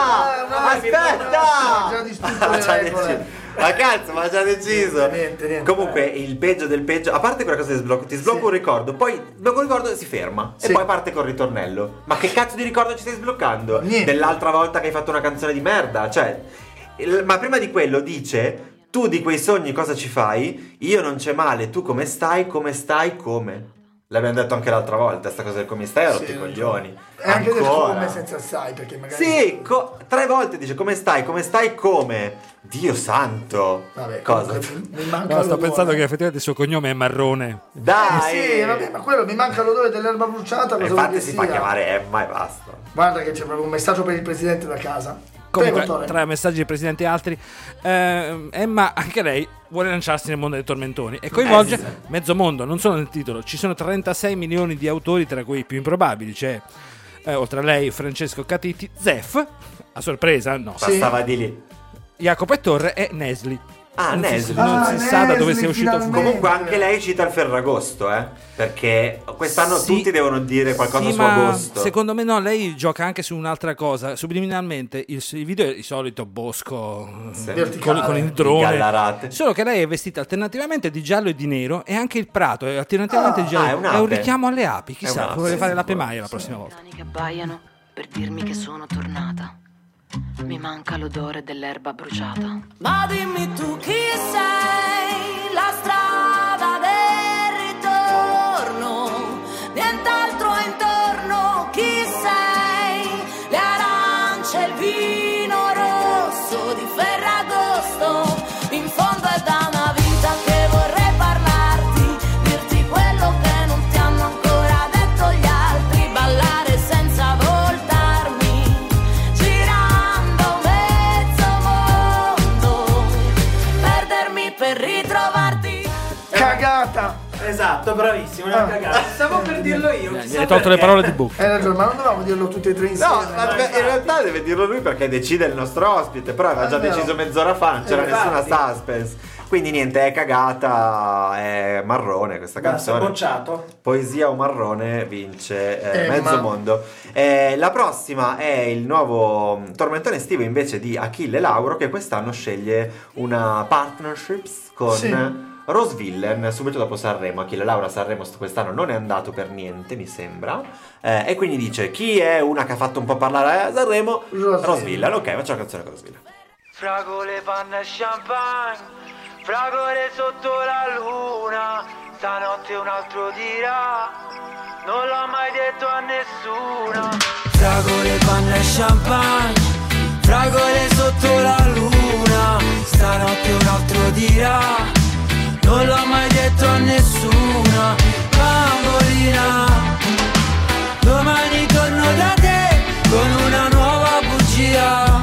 S5: no,
S4: aspetta!
S5: ha già distrutto
S4: Ah,
S5: le
S4: già
S5: regole.
S4: deciso. Ma cazzo, ma ha già deciso.
S5: niente, niente.
S4: Comunque, il peggio del peggio, a parte quella cosa di sblocco, ti sblocco
S5: Sì.
S4: un ricordo, poi sblocco un ricordo e si ferma. E
S5: Sì.
S4: poi parte col ritornello. Ma che cazzo di ricordo ci stai sbloccando?
S5: Niente.
S4: Dell'altra volta che hai fatto una canzone di merda. Cioè, il- ma prima di quello dice. Tu di quei sogni cosa ci fai? Io non c'è male, tu come stai, come stai, come? L'abbiamo detto anche l'altra volta, sta cosa del come stai, ho rotto
S5: Sì,
S4: i
S5: non so.
S4: coglioni.
S5: E anche del
S4: Ancora.
S5: come senza sai, perché magari...
S4: Sì, co- tre volte dice come stai, come stai, come? Dio santo.
S5: Vabbè,
S4: Cosa?
S5: comunque Mi, mi manca
S2: No, sto
S5: l'odore.
S2: pensando che effettivamente il suo cognome è Marrone.
S4: Dai.
S5: Eh sì, vabbè, ma quello mi manca l'odore dell'erba bruciata.
S4: E
S5: cosa vuol
S4: Infatti
S5: che
S4: si fa
S5: sia?
S4: chiamare Emma e basta.
S5: Guarda che c'è proprio un messaggio per il presidente da casa.
S2: Comunque,
S5: Prego, Tore.
S2: tra messaggi del presidente e altri, ehm, Emma, anche lei vuole lanciarsi nel mondo dei tormentoni e coinvolge
S5: Eh,
S2: mezzo mondo. Non solo nel titolo, ci sono 36 milioni di autori, tra cui i più improbabili. C'è, eh, oltre a lei, Francesco Catitti, Zef, a sorpresa, no,
S4: Passava di lì.
S2: Jacopo e Torre e Nesli.
S4: Ah,
S2: Non si-
S4: Nesli.
S2: non si
S5: Ah,
S2: sa da dove
S5: Nesli,
S2: sia uscito.
S5: finalmente.
S4: Comunque anche lei cita il Ferragosto, eh? Perché quest'anno
S2: Sì.
S4: tutti devono dire qualcosa
S2: Sì,
S4: su
S2: ma
S4: agosto.
S2: Secondo me no, lei gioca anche su un'altra cosa. Subliminalmente il, il video è il solito bosco eh, con,
S5: Verticale.
S2: con il drone.
S4: Gallarate.
S2: Solo che lei è vestita alternativamente di giallo e di nero e anche il prato è alternativamente di
S4: ah, è
S2: giallo.
S4: un'ape.
S2: è un richiamo alle api,
S4: È
S2: chissà,
S4: un'ape,
S2: vorrei fare
S4: sì,
S2: l'ape
S4: può
S2: maia la prossima volta.
S10: Cani che abbaiano per dirmi che sono tornata. Mi manca l'odore dell'erba bruciata.
S1: Ma dimmi tu chi sei, la strada del ritorno, nient'altro è intorno, chi sei, le arance, il vino rosso di Ferragosto, in fondo è da una vita che vorrei parlarti, dirti quello che non ti hanno ancora detto gli altri, ballare senza voltarmi, girando mezzo mondo, perdermi per ritrovarti.
S5: Cagata!
S9: Esatto, bravissimo, è una
S5: Ah.
S9: cagata. Stavo per dirlo io.
S2: Gli
S9: chissà
S2: hai tolto le
S9: perché.
S2: parole di Bucchi.
S5: Hai ragione, ma non dovevamo dirlo tutte e tre insieme.
S4: No, ma in realtà deve dirlo lui perché decide il nostro ospite, però aveva già
S5: Almeno.
S4: deciso mezz'ora fa, non c'era
S2: Esatto.
S5: Infatti.
S4: nessuna suspense. Quindi niente, è cagata, è marrone questa
S9: Basta,
S4: canzone.
S9: bocciato.
S4: Poesia o marrone vince eh,
S9: Eh,
S4: mezzo
S9: ma-
S4: mondo. Eh, la prossima è il nuovo mm, tormentone estivo invece di Achille Lauro che quest'anno sceglie una partnerships con
S5: Sì.
S4: Rose Villain subito dopo Sanremo. Achille Lauro a Sanremo st- quest'anno non è andato per niente, mi sembra. Eh, e quindi dice chi è una che ha fatto un po' parlare a Sanremo?
S5: Rose
S4: Rose Villain. Ok, faccio la canzone con Rose Villain.
S6: Fragole, panna e champagne, fragole sotto la luna, stanotte un altro dirà, non l'ho mai detto a nessuno.
S7: Fragole, panna e champagne, fragole sotto la luna, stanotte un altro dirà, non l'ho mai detto a nessuno, bambolina, domani torno da te con una nuova bugia,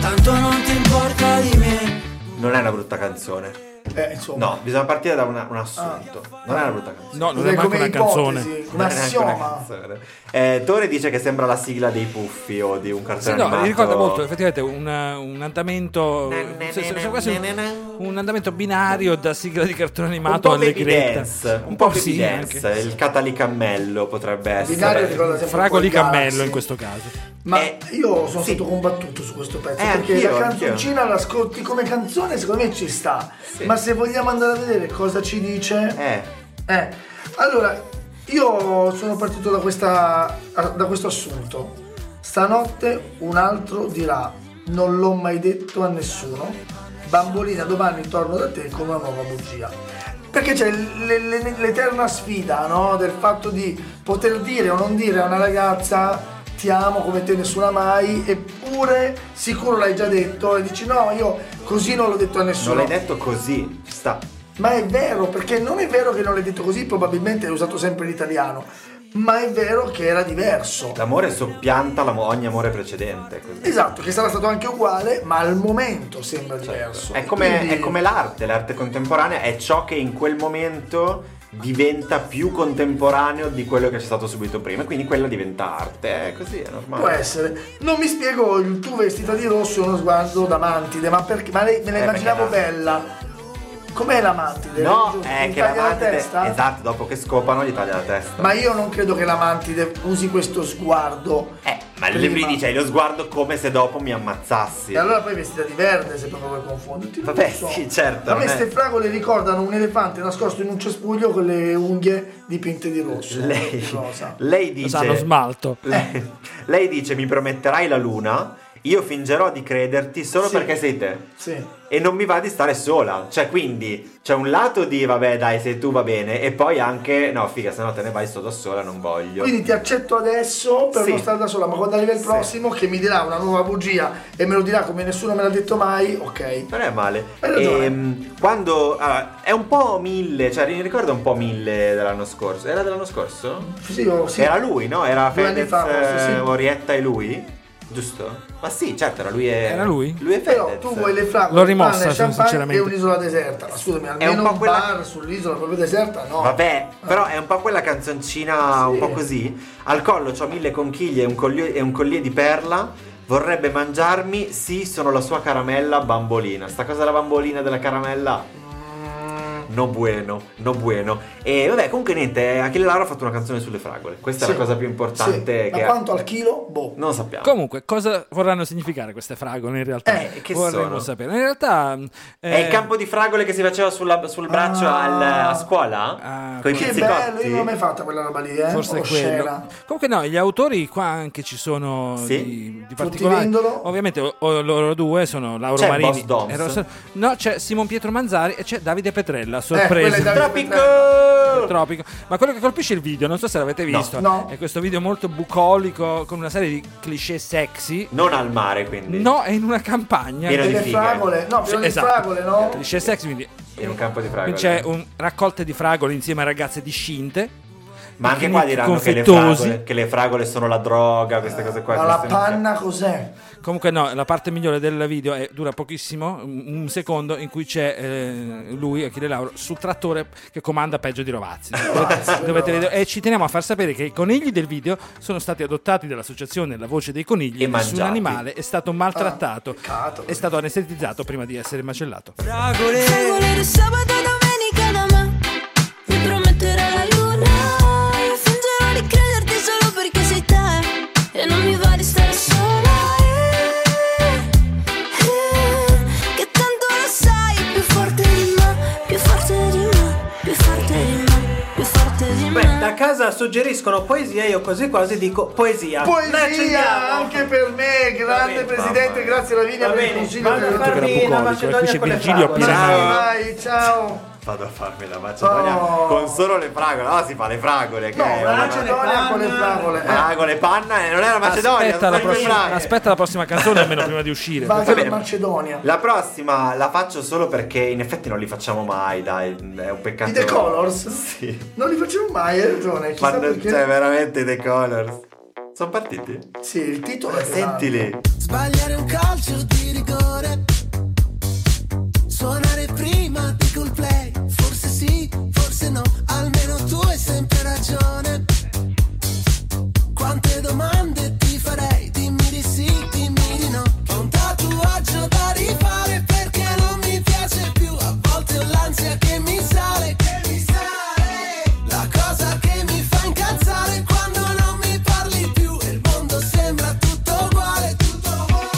S7: tanto non ti importa di me.
S4: Non è una brutta canzone.
S5: Eh, insomma.
S4: No, bisogna partire da una- un assunto. Non è una brutta canzone.
S2: No, non
S5: Cos'è
S2: è manco una
S5: ipotesi,
S2: canzone.
S5: Un
S4: Non è neanche una
S5: assioma.
S4: canzone. Eh, Tore dice che sembra la sigla dei puffi o di un
S2: Sì,
S4: cartone
S2: no,
S4: animato.
S2: mi ricorda molto effettivamente un, un andamento se- se- se- quasi un, un andamento binario da sigla di cartone
S4: un
S2: animato
S4: po'
S2: alle
S4: baby
S2: Greta.
S4: dance, un po' baby
S2: sì,
S4: dance,
S2: anche.
S4: il catalicammello potrebbe
S5: Binario
S4: essere.
S5: ricorda sempre un po'
S2: Fragoli
S5: il Galaxy.
S2: cammello in questo caso.
S5: Ma
S4: Eh,
S5: io sono
S4: sì.
S5: stato combattuto su questo pezzo
S4: Eh,
S5: perché
S4: anch'io,
S5: la
S4: anch'io.
S5: canzoncina l'ascolti come canzone, secondo me ci sta. Ma se vogliamo andare a vedere cosa ci dice,
S4: Eh,
S5: eh, allora io sono partito da, questa, da questo assunto. Stanotte un altro dirà: Non l'ho mai detto a nessuno. Bambolina, domani torno da te con una nuova bugia. Perché c'è l- l- l'eterna sfida no? del fatto di poter dire o non dire a una ragazza ti amo come te nessuna mai, eppure sicuro l'hai già detto e dici no, io così non l'ho detto a
S4: non
S5: nessuno.
S4: l'hai detto così, ci sta.
S5: Ma è vero, perché non è vero che non l'hai detto così, probabilmente hai usato sempre l'italiano, ma è vero che era diverso.
S4: L'amore soppianta l'amo- ogni amore precedente. così.
S5: Esatto, che sarà stato anche uguale, ma al momento sembra diverso.
S4: Certo. È come,
S5: Quindi-
S4: è come l'arte, l'arte contemporanea è ciò che in quel momento diventa più contemporaneo di quello che c'è stato subito prima, e quindi quella diventa arte, è così, è normale.
S5: Può essere. Non mi spiego il tu vestita di rosso e uno sguardo da mantide, ma perché? Ma lei me la
S4: Eh,
S5: immaginavo
S4: perché no?
S5: bella. Com'è la mantide?
S4: No,
S5: Giusto,
S4: è
S5: gli
S4: che la
S5: taglia
S4: mantide,
S5: testa?
S4: esatto, dopo che scopano gli taglia la testa.
S5: Ma io non credo che la mantide usi questo sguardo.
S4: eh, ma
S5: prima.
S4: lì mi c'hai lo sguardo come se dopo mi ammazzassi.
S5: E allora poi vestita di verde, se proprio vuoi confonderti. non
S4: Vabbè,
S5: lo so.
S4: sì, certo,
S5: A me
S4: non è-
S5: queste fragole ricordano un elefante nascosto in un cespuglio con le unghie dipinte di rosso. eh,
S4: Lei,
S5: di rosa.
S4: lei
S2: Lo sa, lo
S4: dice...
S2: smalto.
S4: lei, lei dice mi prometterai la luna, io fingerò di crederti solo
S5: Sì.
S4: perché sei te.
S5: Sì.
S4: E non mi va di stare sola. Cioè, quindi c'è un lato di vabbè, dai, sei tu va bene, e poi anche no, figa, se no te ne vai sto da sola, non voglio.
S5: Quindi ti accetto adesso per
S4: Sì.
S5: non stare da sola, ma quando arriva il prossimo che mi dirà una nuova bugia e me lo dirà come nessuno me l'ha detto mai, ok.
S4: Non è male.
S5: Hai ragione.
S4: Ehm, quando allora, è un po' mille, cioè mi ricorda un po' mille dell'anno scorso. Era dell'anno scorso?
S5: Sì, io- sì.
S4: Era lui, no? Era
S5: Due anni
S4: Fedez,
S5: fa, forse, sì.
S4: eh, Orietta e lui. Giusto? Ma sì, certo, era lui e
S2: Era lui?
S4: Lui e Fedez.
S5: Però tu vuoi le
S2: L'ho
S5: fragole, il
S2: rimossa,
S5: pane, il champagne
S2: sinceramente.
S5: e un'isola deserta. Ma scusami, almeno
S4: un
S5: un,
S4: po' quella-
S5: bar sull'isola proprio deserta, no.
S4: Vabbè, però è un po' quella canzoncina un po' così. Al collo c'ho mille conchiglie e un, collier- e un collier di perla. Vorrebbe mangiarmi, sì, sono la sua caramella bambolina. Sta cosa della bambolina della caramella.
S5: Mm.
S4: No bueno, no bueno. E vabbè, comunque niente, Achille Lauro ha fatto una canzone sulle fragole. Questa è
S5: Sì.
S4: la cosa più importante
S5: Sì.
S4: che
S5: Ma quanto al chilo? Boh.
S4: non sappiamo.
S2: Comunque, cosa vorranno significare queste fragole in realtà?
S4: Eh, che
S2: Vorremmo
S4: sono?
S2: sapere. In realtà mh,
S4: è il
S2: eh,
S4: campo di fragole che si faceva sulla- sul braccio
S5: Ah.
S4: al- a scuola?
S2: Ah,
S4: con i
S5: Che bello, io non l'ho mai fatta quella roba lì, eh.
S2: Forse è
S4: Oh,
S5: Oscena.
S2: quello. Comunque, no, gli autori qua anche ci sono
S4: Sì.
S2: di, di particolari.
S5: Vendolo.
S2: Ovviamente, o- o loro due sono Lauro
S4: C'è
S2: Marini
S4: Boss Doms.
S2: e Rosso- No, c'è Simon Pietro Manzari e c'è Davide
S4: Eh,
S2: Petrella.
S5: quella
S2: Sorpresa.
S5: è Davide
S4: Tropico!
S2: Tropico. Ma quello che colpisce è il video, non so se l'avete
S4: No.
S2: visto,
S5: No.
S2: è questo video molto bucolico con una serie di cliché sexy.
S4: Non al mare, quindi.
S2: No, è in una campagna.
S4: Pieno di
S5: Delle
S4: fighe.
S5: fragole, no,
S2: Sì,
S5: delle
S2: esatto.
S5: fragole, no?
S2: Cliché sexy, quindi
S4: In un campo di
S2: Qui
S4: fragole.
S2: c'è un raccolte di fragole insieme a ragazze discinte
S4: Ma anche
S2: i
S4: qua diranno che le,
S2: confettosi.
S4: fragole, che le fragole sono la droga, queste cose qua.
S5: Ma la
S4: queste-
S5: panna cos'è?
S2: Comunque no, la parte migliore del video è- dura pochissimo, un un secondo in cui c'è eh, lui, Achille Lauro, sul trattore che comanda peggio di Rovazzi. Dovete- dovete vedere. E ci teniamo a far sapere che i conigli del video sono stati adottati dall'associazione La Voce dei Conigli
S4: E
S2: nessun
S4: mangiati.
S2: animale è stato
S9: Ah,
S2: maltrattato, è stato anestetizzato prima di essere macellato.
S1: Fragole di sabato e domenica da me Mi prometterà la luna Io fingerò di crederti solo perché sei te E non mi va di stare sola Eh, eh, Che tanto lo sai Più forte di me Più forte di me Più forte di me Più forte di
S9: Beh,
S1: me
S9: da casa suggeriscono poesia, io così quasi dico poesia. Ne accendiamo.
S5: Poesia anche per me, grande
S4: bene,
S5: presidente, grazie Lavinia
S9: Va
S5: per il
S9: bene,
S5: consiglio.
S9: vado a
S5: per-
S9: farmi-
S2: Era
S9: la
S2: bucolico,
S9: Macedonia
S2: eh, qui c'è
S9: con le
S2: Virgilio
S9: fragole.
S5: Vai,
S2: Pirano.
S5: vai,
S4: Eh,
S5: ciao.
S4: Vado a farmi la macedonia
S5: Oh.
S4: con solo le fragole. No, si fa le fragole. Che
S5: No,
S4: è
S5: la
S4: una-
S5: Macedonia con le fragole. eh.
S4: Fragole, panna, e non è la macedonia.
S2: Aspetta
S4: sono
S2: la,
S4: sempre
S2: prossima,
S4: fragole.
S2: aspetta la prossima canzone almeno prima di uscire.
S5: Va
S4: Va
S5: anche
S4: bene.
S5: in Macedonia.
S4: La prossima la faccio solo perché in effetti non li facciamo mai, dai, è un peccato.
S5: I The Colors?
S4: Sì.
S5: Non li facevo mai, hai ragione.
S4: Ma
S5: Chissà
S4: non
S5: perché.
S4: c'è veramente i The Colors. Sono partiti?
S5: Sì, il titolo è
S4: Sentili.
S7: Sbagliare un calcio di rigore. Suonare prima di col play. Forse sì, forse no. Almeno tu hai sempre ragione. Quante domande ti farei? Dimmi di sì, dimmi di no. Ho un tatuaggio da rifare perché non mi piace più. A volte ho l'ansia che mi sale, che mi sale. La cosa che mi fa incazzare è quando non mi parli più. E il mondo sembra tutto uguale, tutto uguale.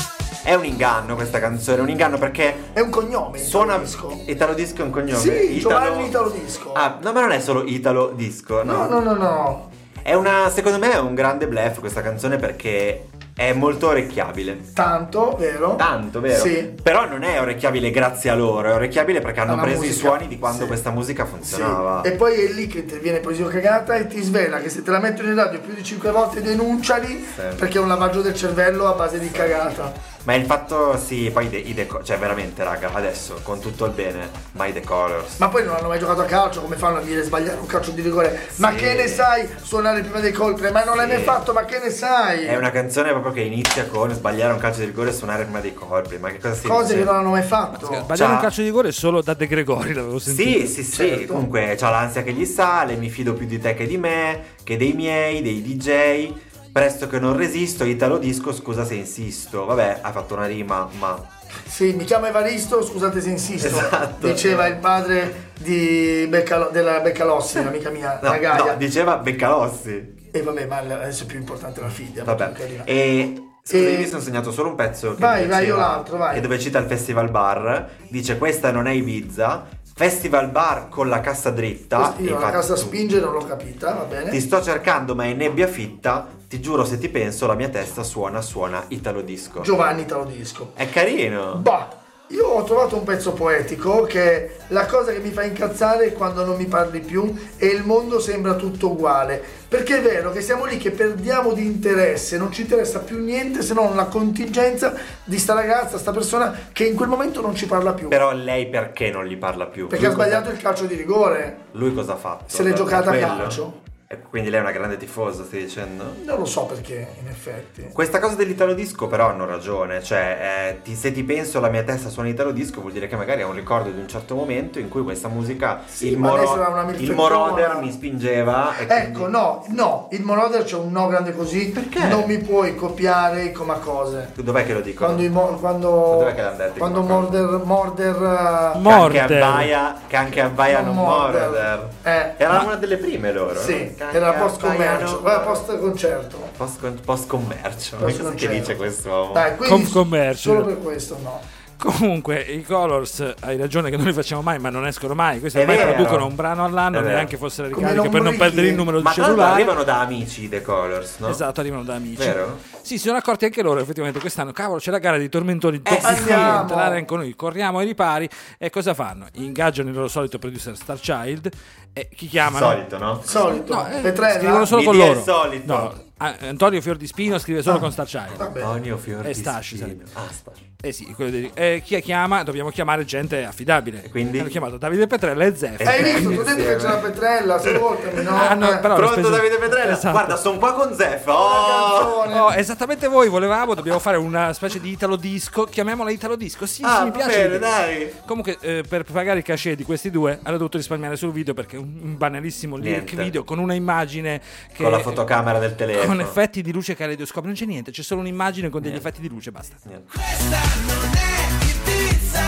S4: È un inganno questa canzone, è un inganno perché
S5: È un cognome.
S4: suona
S5: Suona disco.
S4: Italo Disco è un cognome.
S5: Sì, Giovanni Italo Disco.
S4: Ah, no, ma non è solo Italo Disco, no.
S5: No, no, no, no.
S4: È una, secondo me è un grande bluff questa canzone perché è molto orecchiabile.
S5: Tanto, vero?
S4: Tanto, vero?
S5: Sì.
S4: Però non è orecchiabile grazie a loro, è orecchiabile perché hanno
S5: Alla
S4: preso i
S5: musica.
S4: suoni di quando
S5: Sì.
S4: questa musica
S5: Sì.
S4: funzionava.
S5: E poi è lì che interviene Poesia Cagata e ti svela che se te la mettono in radio più di 5 volte denunciali perché è un lavaggio del cervello a base di cagata.
S4: Ma il fatto, sì, poi i de- i deco- cioè veramente raga, adesso con tutto il bene, my the colors.
S5: Ma poi non hanno mai giocato a calcio, come fanno a dire sbagliare un calcio di rigore? Ma che ne sai suonare prima dei colpi? Ma non l'hai mai fatto, ma che ne sai?
S4: È una canzone proprio che inizia con sbagliare un calcio di rigore e suonare prima dei colpi, ma che cosa si
S5: Cose
S4: dice?
S5: che non hanno mai fatto.
S2: Sbagliare un
S4: Ciao.
S2: calcio di rigore solo da De Gregori, l'avevo sentito.
S4: Sì, sì, sì,
S5: certo.
S4: comunque c'ha l'ansia che gli sale, mi fido più di te che di me, che dei miei, dei DJ, presto che non resisto, Italo Disco, scusa se insisto, vabbè, hai fatto una rima, ma...
S5: Sì, mi chiamo Evaristo, scusate se insisto.
S4: Esatto.
S5: Diceva il padre di Beccalo- della Beccalossi, l'amica mia,
S4: No,
S5: la Gaia.
S4: no, diceva Beccalossi.
S5: E vabbè, ma adesso è più importante la figlia. ma
S4: Vabbè,
S5: comunque arriva.
S4: e scusa,
S5: E-
S4: io mi sono segnato solo un pezzo che
S5: Vai,
S4: dove
S5: vai,
S4: c'era-
S5: io l'altro, vai.
S4: Che dove cita il Festival Bar, dice questa non è Ibiza, Festival Bar con la cassa dritta.
S5: Io la
S4: infatti
S5: casa
S4: tu-
S5: spinge non l'ho capita, va bene.
S4: Ti sto cercando ma è nebbia fitta, ti giuro se ti penso la mia testa suona, suona Italo Disco.
S5: Giovanni te lo disco.
S4: è carino.
S5: Bah, io ho trovato un pezzo poetico che la cosa che mi fa incazzare è quando non mi parli più e il mondo sembra tutto uguale. Perché è vero che siamo lì che perdiamo di interesse, non ci interessa più niente se non la contingenza di sta ragazza, sta persona che in quel momento non ci parla più.
S4: Però lei perché non gli parla più?
S5: perché ha
S4: Lui cosa-
S5: sbagliato il calcio di rigore.
S4: Lui cosa ha fatto?
S5: Se l'è
S4: Per-
S5: giocata a
S4: quello?
S5: calcio.
S4: E quindi lei è una grande tifosa, stai dicendo?
S5: Non lo so perché, in effetti.
S4: Questa cosa dell'italo disco però hanno ragione, cioè eh, ti- se ti penso la mia testa suona italo disco vuol dire che magari è un ricordo di un certo momento in cui questa musica,
S5: Sì,
S4: il,
S5: ma
S4: moro-
S5: adesso era una
S4: il
S5: milfettona.
S4: moroder mi spingeva. e
S5: Ecco,
S4: quindi-
S5: no, no, il Moroder c'è un no grande così.
S4: Perché?
S5: Non mi puoi copiare come cose.
S4: Dov'è che lo dicono?
S5: Quando, i mo- quando,
S4: Dov'è che l'hanno detto i
S5: quando
S4: Comacose?
S5: Morder, eh, Morder
S4: Che anche
S2: Morder.
S4: abbaia, che anche abbaia non
S5: Non morder.
S4: moroder.
S5: Eh,
S4: era
S5: ma-
S4: una delle prime loro.
S5: eh,
S4: no?
S5: sì,
S4: Che anche
S5: era post
S4: abbaia
S5: commercio,
S4: non
S5: era
S4: moroder.
S5: post concerto.
S4: Post- post commercio.
S5: Post
S4: Cosa che
S5: concerto.
S4: dice questo uomo?
S5: Dai, quindi
S2: Con commercio.
S5: solo per questo no.
S2: Comunque, i Colors, hai ragione che non li facciamo mai, ma non escono mai. Questi
S4: È
S2: ormai
S4: vero.
S2: producono un brano all'anno,
S4: È vero.
S2: neanche fosse la
S5: Come
S2: ricarica per non
S5: l'ombrichi.
S2: perdere il numero di
S4: Ma tanto
S2: cellulare.
S4: arrivano da amici i The Colors, no?
S2: Esatto, arrivano da amici.
S4: Vero?
S2: Sì, si sono accorti anche loro effettivamente quest'anno. Cavolo, c'è la gara dei
S4: Eh,
S2: tormentori. Dobbiamo
S5: andiamo.
S2: entrare anche noi. Corriamo ai ripari. E cosa fanno? Ingaggiano il loro solito producer Starchild. E chi chiamano?
S4: Solito, no?
S5: Solito,
S2: No, eh,
S5: Petrella.
S2: scrivono solo
S4: Mi
S2: con
S4: dia
S2: loro.
S4: il solito.
S2: No, a- Antonio Fiordispino scrive solo con Starchild.
S4: Antonio Fiordi
S2: E Staci,
S4: Spino.
S2: sì.
S4: Ah, Staci.
S2: Eh sì, quello di- eh, chi chiama? Dobbiamo chiamare gente affidabile.
S4: E quindi?
S2: Hanno chiamato Davide Petrella e Zef.
S5: Eh, Hai visto? Tu detto che c'è la Petrella, ascoltami, no?
S2: Hanno-
S5: Eh,
S2: Ah, però hanno
S4: Pronto
S2: speso-
S4: Davide Petrella?
S2: Esatto.
S4: Guarda, sono qua con Zef. Oh!
S5: canzone.
S2: Oh, esattamente voi volevamo, dobbiamo fare una specie di italo disco, chiamiamola italo disco. Sì,
S4: Ah,
S2: sì, mi
S4: va
S2: piace.
S4: bene,
S2: l'idea.
S4: dai.
S2: Comunque, eh, per pagare il cachet di questi due, hanno dovuto risparmiare sul video perché un, un banalissimo lyric
S4: Niente.
S2: video con una immagine che
S4: Con la fotocamera del telefono.
S2: con effetti di luce caleidoscopica, non c'è niente, c'è solo un'immagine con degli effetti di luce, basta.
S6: Questa non è Ibiza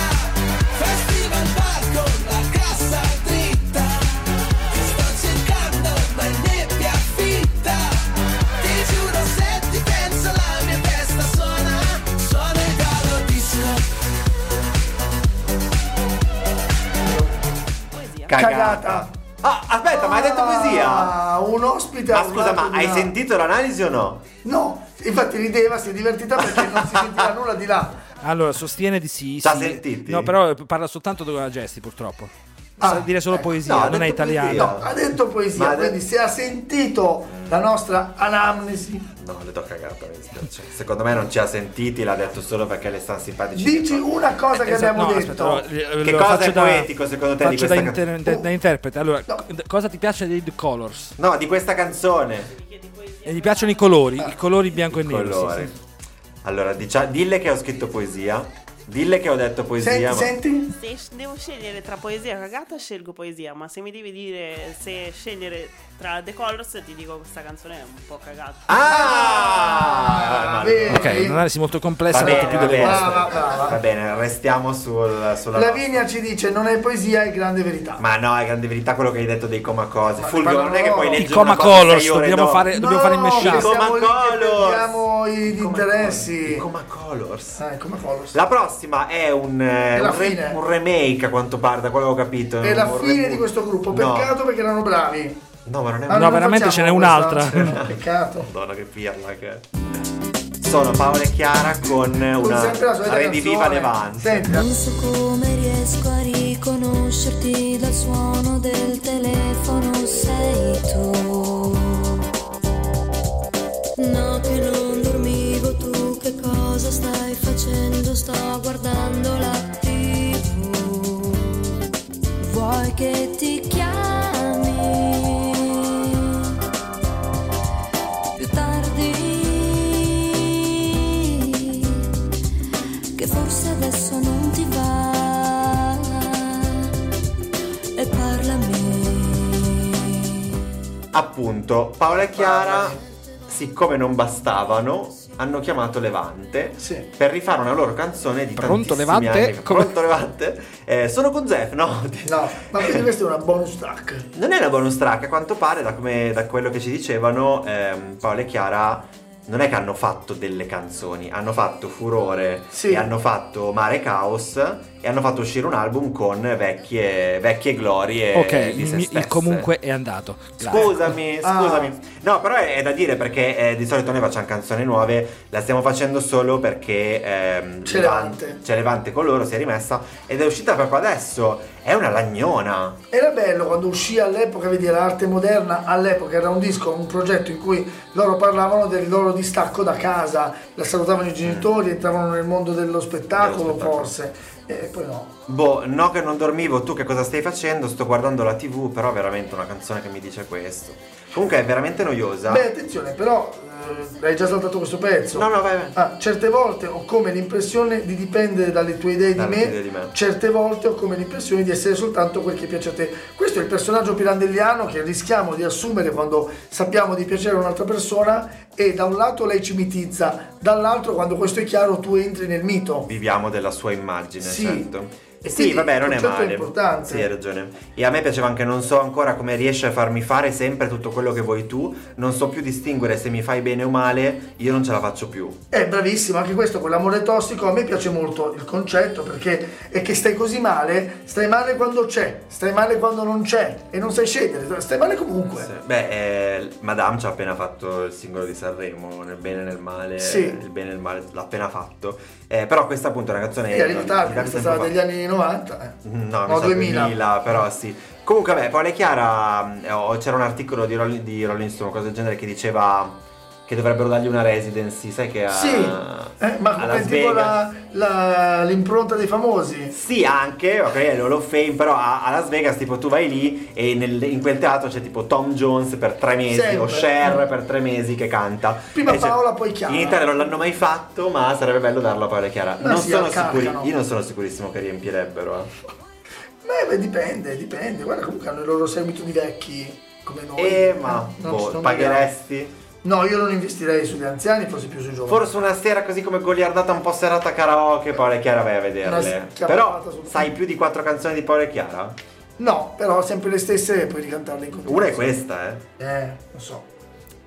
S6: Festival bar con la cassa dritta Ti sto cercando ma è nebbia fitta Ti giuro se ti penso la mia testa suona Suona il gallo di Sir.
S5: Cagata.
S4: Ah, aspetta, ma hai detto poesia?
S5: Ah, un ospite ha
S4: Ma scusa,
S5: urlato
S4: ma
S5: di
S4: hai
S5: là.
S4: sentito l'analisi o no?
S5: No, infatti rideva, si è divertita perché non si sentiva nulla di là.
S2: Allora, sostiene di sì.
S4: T'ha
S2: sì.
S4: sentiti?
S2: No, però parla soltanto con gesti, purtroppo.
S5: Ah,
S2: Sa dire solo
S5: ecco.
S2: poesia,
S4: No, ha
S2: non è
S4: detto poesia.
S2: italiano.
S4: No.
S5: Ha detto poesia,
S4: Ma-
S5: quindi se ha sentito la nostra anamnesi,
S4: No, le do cagata, mi dispiace. Secondo me non ci ha sentiti, l'ha detto solo perché le stanno simpatici.
S5: dici una cosa che
S2: Esatto,
S5: abbiamo
S2: no,
S5: detto.
S2: aspetta, allora, eh,
S4: Che
S2: lo
S4: cosa
S2: faccio
S4: è
S2: da-
S4: poetico, secondo te, di
S2: Faccio da,
S4: questa can-
S2: inter- da- da interprete. Allora,
S5: No.
S2: d- cosa ti piace dei The Colors?
S4: No, di questa canzone.
S2: E gli piacciono i colori, i colori bianco e nero. sì,
S4: Colore.
S2: sì.
S4: Allora, dicia- dille che ho scritto poesia. Dille che ho detto
S5: senti,
S4: poesia. ma-
S5: senti?
S11: Se sc- devo scegliere tra poesia e cagata, scelgo poesia, ma se mi devi dire se scegliere tra The Colors, ti dico questa canzone è un po' cagata.
S4: Ah! Ma-
S5: Vedi?
S2: Ok, un'analisi molto complessa,
S4: Va
S2: molto
S4: bene,
S2: più
S4: va
S2: delle
S4: bene,
S2: vostre.
S5: Brava, brava.
S4: va bene, restiamo sul, sulla
S5: Lavinia ci dice non è poesia, è grande verità.
S4: Ma no, è grande verità quello che hai detto dei coma cose. Fulvio,
S5: ma
S4: non è che
S5: no.
S4: puoi
S5: I
S4: leggere
S2: I coma
S4: una cosa
S2: colors,
S4: sei ore
S2: dobbiamo
S4: dopo.
S2: fare, dobbiamo fare il mashup.
S4: Coma
S5: Siamo lì che
S4: Colors.
S5: prendiamo i- gli
S4: Coma Colors,
S5: interessi.
S4: i Coma Colors.
S5: Ah, come Colors.
S4: La prossima è un, eh,
S5: la
S4: un re-
S5: fine.
S4: un remake a quanto pare, da quello che ho capito.
S5: È la
S4: Un
S5: fine
S4: reboot.
S5: di questo Ah, gruppo.
S4: No.
S5: Peccato perché erano bravi.
S4: No, ma non è
S5: Ma
S4: una
S2: Eh, No,
S5: non
S2: veramente
S5: facciamo
S2: ce n'è
S5: questa-
S2: un'altra.
S5: Peccato.
S4: Madonna che pirla che è. Sono Paola e Chiara con
S5: Con
S4: una
S5: sempre la solita
S4: Rendi Viva
S5: canzone.
S4: Levante.
S5: Senti, la-
S1: Non so come riesco a riconoscerti dal suono del telefono, sei tu. No, che non dormivo tu, che cosa stai facendo? Sto guardando la TV. Vuoi che ti chiami? Più tardi che forse adesso non ti va e parlami
S4: Appunto, Paola e Chiara, siccome non bastavano, hanno chiamato Levante
S5: Sì.
S4: per rifare una loro canzone di
S2: Pronto,
S4: tantissimi
S2: Levante?
S4: anni fa.
S2: Come-
S4: Pronto Levante? Eh, sono con Zef, no?
S5: No, ma quindi questa è una bonus track.
S4: Non è una bonus track, a quanto pare, da, come- da quello che ci dicevano, ehm, Paola e Chiara non è che hanno fatto delle canzoni, hanno fatto Furore
S5: Sì.
S4: e hanno fatto Mare e Caos e hanno fatto uscire un album con vecchie, vecchie glorie
S2: Ok,
S4: di
S2: il,
S4: se
S2: mi- il
S4: stesse.
S2: comunque è andato. Grazie.
S4: Scusami,
S5: Ah.
S4: scusami. No, però è, è da dire perché eh, di solito noi facciamo canzoni nuove, la stiamo facendo solo perché ehm,
S5: C'è Levante.
S4: c'è Levante con loro, si è rimessa ed è uscita proprio adesso. È una lagnona.
S5: Era bello quando uscì all'epoca, vedi, l'arte moderna all'epoca era un disco, un progetto in cui loro parlavano del loro distacco da casa, la salutavano i genitori, entravano nel mondo dello spettacolo,
S4: Dello spettacolo.
S5: forse. E poi no.
S4: Boh, no che non dormivo, tu che cosa stai facendo? Sto guardando la TV, però veramente una canzone che mi dice questo. Comunque è veramente noiosa.
S5: Beh, attenzione, però eh, hai già saltato questo pezzo.
S4: no, no, vai, vai.
S5: Ah, certe volte ho come l'impressione di dipendere dalle tue idee di,
S4: Dalle
S5: me,
S4: tue idee di me.
S5: certe volte ho come l'impressione di essere soltanto quel che piace a te. Questo è il personaggio pirandelliano che rischiamo di assumere quando sappiamo di piacere a un'altra persona e da un lato lei ci mitizza, dall'altro quando questo è chiaro tu entri nel mito.
S4: Viviamo della sua immagine,
S5: Sì.
S4: certo.
S5: E
S4: sì,
S5: quindi
S4: vabbè, non
S5: il
S4: è
S5: concetto
S4: male.
S5: importante.
S4: Sì, hai ragione. E a me piaceva anche, non so ancora come riesci a farmi fare sempre tutto quello che vuoi tu. Non so più distinguere se mi fai bene o male, io non ce la faccio più.
S5: È Eh, bravissimo, anche questo con l'amore tossico a me piace molto il concetto perché è che stai così male, stai male quando c'è, stai male quando non c'è e non sai scegliere, stai male comunque.
S4: Beh, eh, Madame ci ha appena fatto il singolo di Sanremo, nel bene e nel male.
S5: Sì.
S4: Il bene e il male l'ha appena fatto. Eh, però questa appunto è una canzone...
S5: È arrivata tardi,
S4: di tanto
S5: questa
S4: tempo
S5: stava
S4: fa.
S5: degli anni 90. eh.
S4: No, mi
S5: No,
S4: sa
S5: 2000.
S4: 2000,
S5: Ah.
S4: però sì. Comunque, vabbè, Paola e Chiara, mh, eh, ho- c'era un articolo di Rolling, di Rolling Stone, cosa del genere, che diceva che dovrebbero dargli una residency, sai che a,
S5: Sì, eh, ma
S4: a
S5: come
S4: Las
S5: tipo
S4: Vegas.
S5: la- la- l'impronta dei famosi.
S4: Sì, anche, ok, è l'Hall of Fame, però a, a Las Vegas tipo tu vai lì e nel- in quel teatro c'è tipo Tom Jones per tre mesi o
S5: Sempre.
S4: Cher per tre mesi che canta.
S5: Prima
S4: E cioè,
S5: Paola, poi Chiara.
S4: In Italia non l'hanno mai fatto, ma sarebbe bello darlo a Paola e Chiara.
S5: Ma
S4: non
S5: sì,
S4: sono
S5: al Carcano.
S4: sicuri, io non sono sicurissimo che riempirebbero. eh.
S5: Beh, beh, dipende, dipende. Guarda, comunque hanno il loro seguito di vecchi come noi.
S4: Eh, ma
S5: Non
S4: boh,
S5: ci sono
S4: pagheresti?
S5: No, io non investirei sugli anziani, forse più sui giovani.
S4: Forse una sera così come goliardata un po' serata karaoke, Paola e Chiara vai a
S5: Una
S4: vederle.
S5: schiaffata
S4: Però
S5: sul-
S4: sai più di quattro canzoni di Paola e Chiara?
S5: No, però sempre le stesse e poi ricantarle in
S4: Una è
S5: continuazione.
S4: questa, eh.
S5: Eh, non so.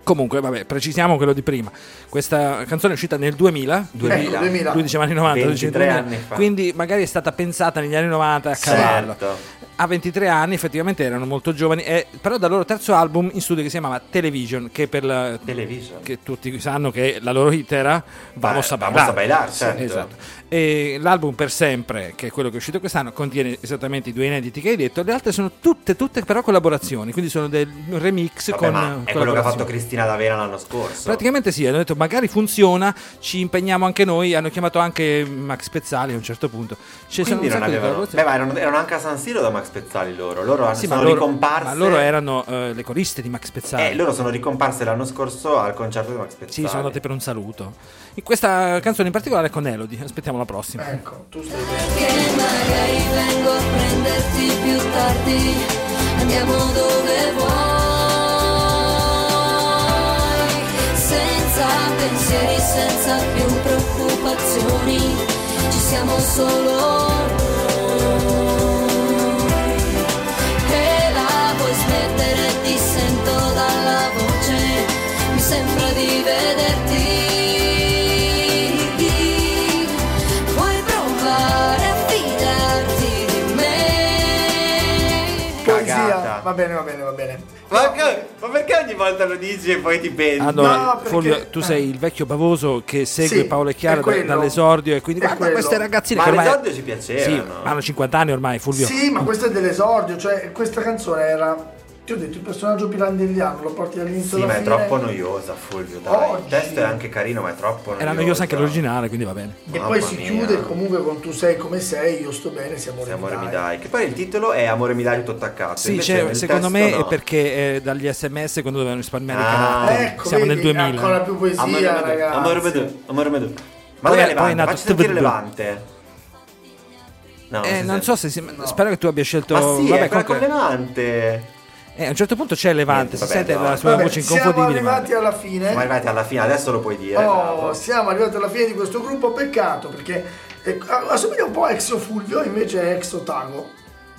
S2: Comunque, vabbè, precisiamo quello di prima. Questa canzone è uscita nel 2000.
S5: Ecco,
S4: 2000.
S2: Lui diceva anni 90, lui diceva
S4: 23
S2: 2000,
S4: anni fa.
S2: Quindi magari è stata pensata negli anni 90 a cavallo.
S4: Certo.
S2: A 23 anni effettivamente erano molto giovani, eh, però dal loro terzo album in studio che si chiamava Television, che per la-
S4: Television.
S2: che tutti sanno che la loro hit era Vamos a bailar.
S4: Vamos a bailar,
S2: Sì,
S4: certo.
S2: esatto. E l'album Per Sempre, che è quello che è uscito quest'anno, contiene esattamente i due inediti che hai detto, le altre sono tutte, tutte però collaborazioni, quindi sono dei remix
S4: Vabbè,
S2: con...
S4: ma è quello che ha
S2: collaborazioni.
S4: fatto Cristina D'Avena l'anno scorso.
S2: Praticamente sì, hanno detto magari funziona, ci impegniamo anche noi, hanno chiamato anche Max Pezzali a un certo punto. Ci
S4: Quindi
S2: un
S4: non
S2: sacco di
S4: avevano...
S2: collaborazioni.
S4: Beh, ma erano, erano anche a San Siro da Max Pezzali loro. Loro
S2: Sì,
S4: sono
S2: ma, loro,
S4: ricomparse.
S2: ma loro erano eh, le coriste di Max Pezzali.
S4: Eh, loro sono ricomparse l'anno scorso al concerto di Max Pezzali.
S2: Sì, sono andate per un saluto. In questa canzone in particolare è con Elodie, aspettiamo la prossima.
S5: Ecco, tu stai
S6: Che magari vengo a prenderti più tardi, andiamo dove vuoi, senza pensieri, senza più preoccupazioni, ci siamo solo noi. E la vuoi smettere, ti sento dalla voce, mi sembra di vederti. Puoi provare a fidarti di me.
S5: Poesia.
S4: Cagata.
S5: Va bene, va bene, va bene.
S4: Ma, che- ma perché ogni volta lo dici e poi ti penti?
S2: Allora,
S5: No, perché-
S2: Ah, eh,
S5: eh.
S2: Fulvio, tu sei il vecchio bavoso che segue
S5: Sì,
S2: Paolo e Chiara
S5: è
S2: da-
S5: quello.
S2: dall'esordio e quindi
S5: È
S2: guarda
S5: quello.
S2: queste ragazzine
S4: ma
S2: che ormai
S4: all'esordio ci piaceva.
S2: sì,
S4: no?
S2: hanno 50 anni ormai, Fulvio.
S5: Sì, ma questo è dell'esordio, cioè questa canzone era. Ti ho detto, il personaggio pirandelliano lo porti
S4: Sì,
S5: all'inizio alla
S4: ma è
S5: fine.
S4: troppo noiosa, Fulvio. Dai.
S5: eh. Oggi.
S4: Il testo è anche carino, ma è troppo eh. noiosa.
S2: Era noioso anche l'originale, quindi va bene.
S5: E
S4: Mamma
S5: poi si
S4: mia.
S5: chiude comunque con tu sei come sei, io sto bene, siamo
S4: Sì, Amore mi
S5: rimasti.
S4: dai. Che poi il titolo è Amore mi dai tutto attaccato.
S2: Sì,
S4: invece
S2: c'è-
S4: nel
S2: secondo
S4: testo
S2: me
S4: no.
S2: è perché eh, dagli sms quando dovevano risparmiare i
S4: Ah.
S2: caratteri.
S5: Ecco,
S2: Siamo
S5: vedi,
S2: nel 2000.
S5: ancora più poesia,
S4: Amore mi dai,
S5: ragazzi.
S4: Amore mi dai, amore mi dai. Ma
S2: Poi- poi
S4: dov'è
S2: è
S4: Levante?
S2: nato
S4: Facci sentire
S2: tutto-
S4: Levante. No, non
S2: Eh, non
S4: si sente.
S2: so se si- spero che tu abbia scelto
S4: Ma sì,
S2: vabbè,
S4: è quella con
S2: comunque-
S4: Levante.
S2: eh, a un certo punto c'è Levante,
S4: Niente,
S2: si
S4: vabbè,
S2: sente
S4: no.
S2: la sua
S5: Vabbè,
S2: voce
S5: siamo
S2: inconfondibile. ma-
S5: arrivati alla fine.
S4: Siamo arrivati alla fine, adesso lo puoi dire.
S5: Oh,
S4: Eh, bravo.
S5: siamo arrivati alla fine di questo gruppo, peccato perché eh, assomiglia un po' a Exo Fulvio, invece è Exo Tago.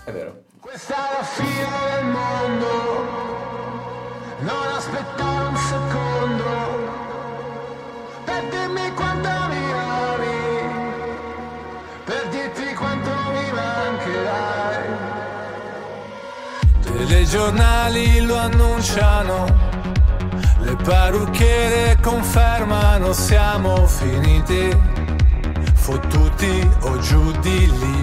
S4: È vero.
S3: Questa è la fine del mondo, non aspettare un secondo, per dirmi quanto mi ami, per dirti quanto mi mancherai.
S7: Telegiornali lo annunciano, le parrucchiere confermano siamo finiti, fottuti o giù di lì.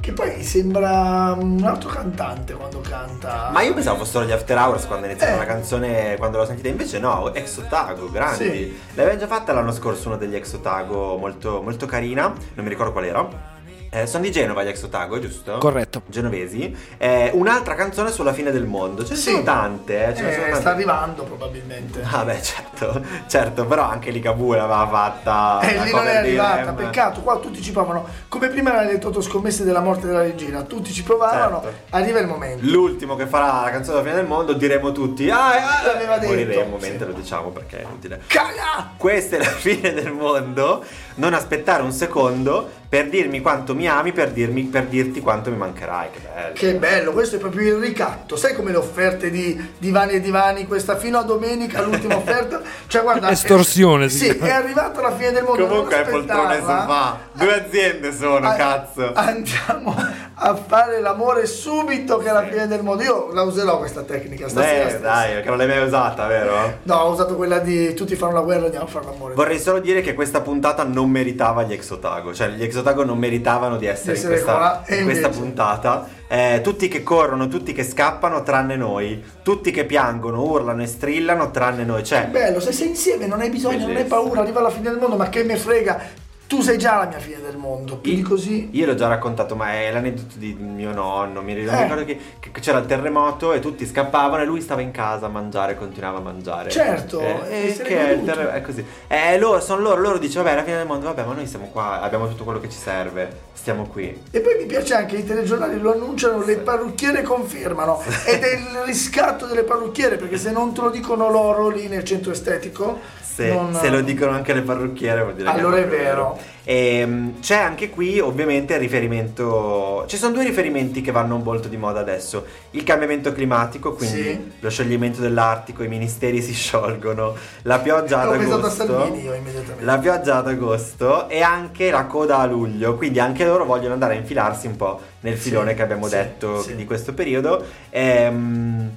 S5: Che poi sembra un altro cantante quando canta.
S4: Ma io pensavo fossero gli After Hours quando è iniziata
S5: Eh.
S4: la canzone, quando l'ho sentita, invece no, Ex Otago, grandi.
S5: Sì.
S4: L'avevamo già fatta l'anno scorso una degli Ex Otago molto, molto carina, non mi ricordo qual era. Eh, sono di Genova gli Ex Otago, giusto?
S2: Corretto.
S4: Genovesi. Eh, un'altra canzone sulla fine del mondo, ce ne
S5: Sì.
S4: sono tante, eh, ce ne sono
S5: Eh,
S4: tante.
S5: sta arrivando probabilmente.
S4: Ah beh certo, certo, però anche Ligabue l'aveva fatta.
S5: Eh,
S4: la
S5: lì non è
S4: cover di
S5: arrivata,
S4: Rem.
S5: peccato, qua tutti ci provano. Come prima era le totoscommesse della morte della regina, tutti ci provavano,
S4: Certo.
S5: arriva il momento.
S4: L'ultimo che farà la canzone della fine del mondo diremo tutti ah, ah, ah",
S5: L'aveva detto.
S4: moriremo
S5: Sì.
S4: mentre lo diciamo perché è inutile.
S5: Caga!
S4: Questa è la fine del mondo, non aspettare un secondo per dirmi quanto mi ami, per, dirmi, per dirti quanto mi mancherai. Che bello.
S5: Che bello, questo è proprio il ricatto. Sai come le offerte di divani e divani, questa fino a domenica, l'ultima offerta? Cioè, guarda.
S2: Estorsione,
S5: eh,
S2: si
S5: Sì,
S2: chiama.
S5: è arrivata la fine del mondo.
S4: Comunque
S5: non
S4: è poltrone e
S5: aspettava.
S4: sofà. Due aziende sono,
S5: Ah,
S4: cazzo.
S5: Andiamo a fare l'amore subito che è la fine del mondo. Io la userò questa tecnica ah, stasera.
S4: Beh, dai, perché non l'hai mai usata, vero?
S5: No, ho usato quella di tutti fanno la guerra, andiamo a fare l'amore.
S4: Vorrei solo dire che questa puntata non meritava gli Exotago, cioè gli Exotago non meritavano di essere,
S5: Di essere
S4: in questa,
S5: qua, e
S4: in questa
S5: invece?
S4: puntata. Eh, tutti che corrono, tutti che scappano, tranne noi. Tutti che piangono, urlano e strillano, tranne noi. Cioè,
S5: Bello, se sei insieme non hai bisogno, non hai
S4: Bellezza.
S5: paura, arriva la fine del mondo, ma che me frega. Tu sei già la mia fine del mondo. Più di così.
S4: Io l'ho già raccontato, ma è l'aneddoto di mio nonno. Mi ricordo,
S5: Eh.
S4: ricordo che, che c'era il terremoto e tutti scappavano e lui stava in casa a mangiare, continuava a mangiare.
S5: Certo,
S4: Eh,
S5: e
S4: eh,
S5: se
S4: che
S5: l'è
S4: è, il
S5: goduto.
S4: terre- è così. Eh, loro, sono loro, loro dicono, vabbè, è la fine del mondo, vabbè, ma noi siamo qua, abbiamo tutto quello che ci serve, stiamo qui.
S5: E poi mi piace anche i telegiornali lo annunciano, le parrucchiere confermano. Ed è il riscatto delle parrucchiere, perché se non te lo dicono loro lì nel centro estetico,
S4: Se,
S5: non-
S4: se lo dicono anche le parrucchiere vuol dire che
S5: Allora è
S4: proprio
S5: vero.
S4: Ehm, c'è anche qui ovviamente il riferimento... Ci sono due riferimenti che vanno molto di moda adesso. Il cambiamento climatico, quindi
S5: Sì.
S4: lo scioglimento dell'Artico, i ministeri si sciolgono, la pioggia
S5: Ho
S4: ad
S5: eh, pensato a
S4: agosto...
S5: Salvini io immediatamente.
S4: La pioggia ad agosto e anche la coda a luglio, quindi anche loro vogliono andare a infilarsi un po' nel filone che abbiamo detto di questo periodo, ehm,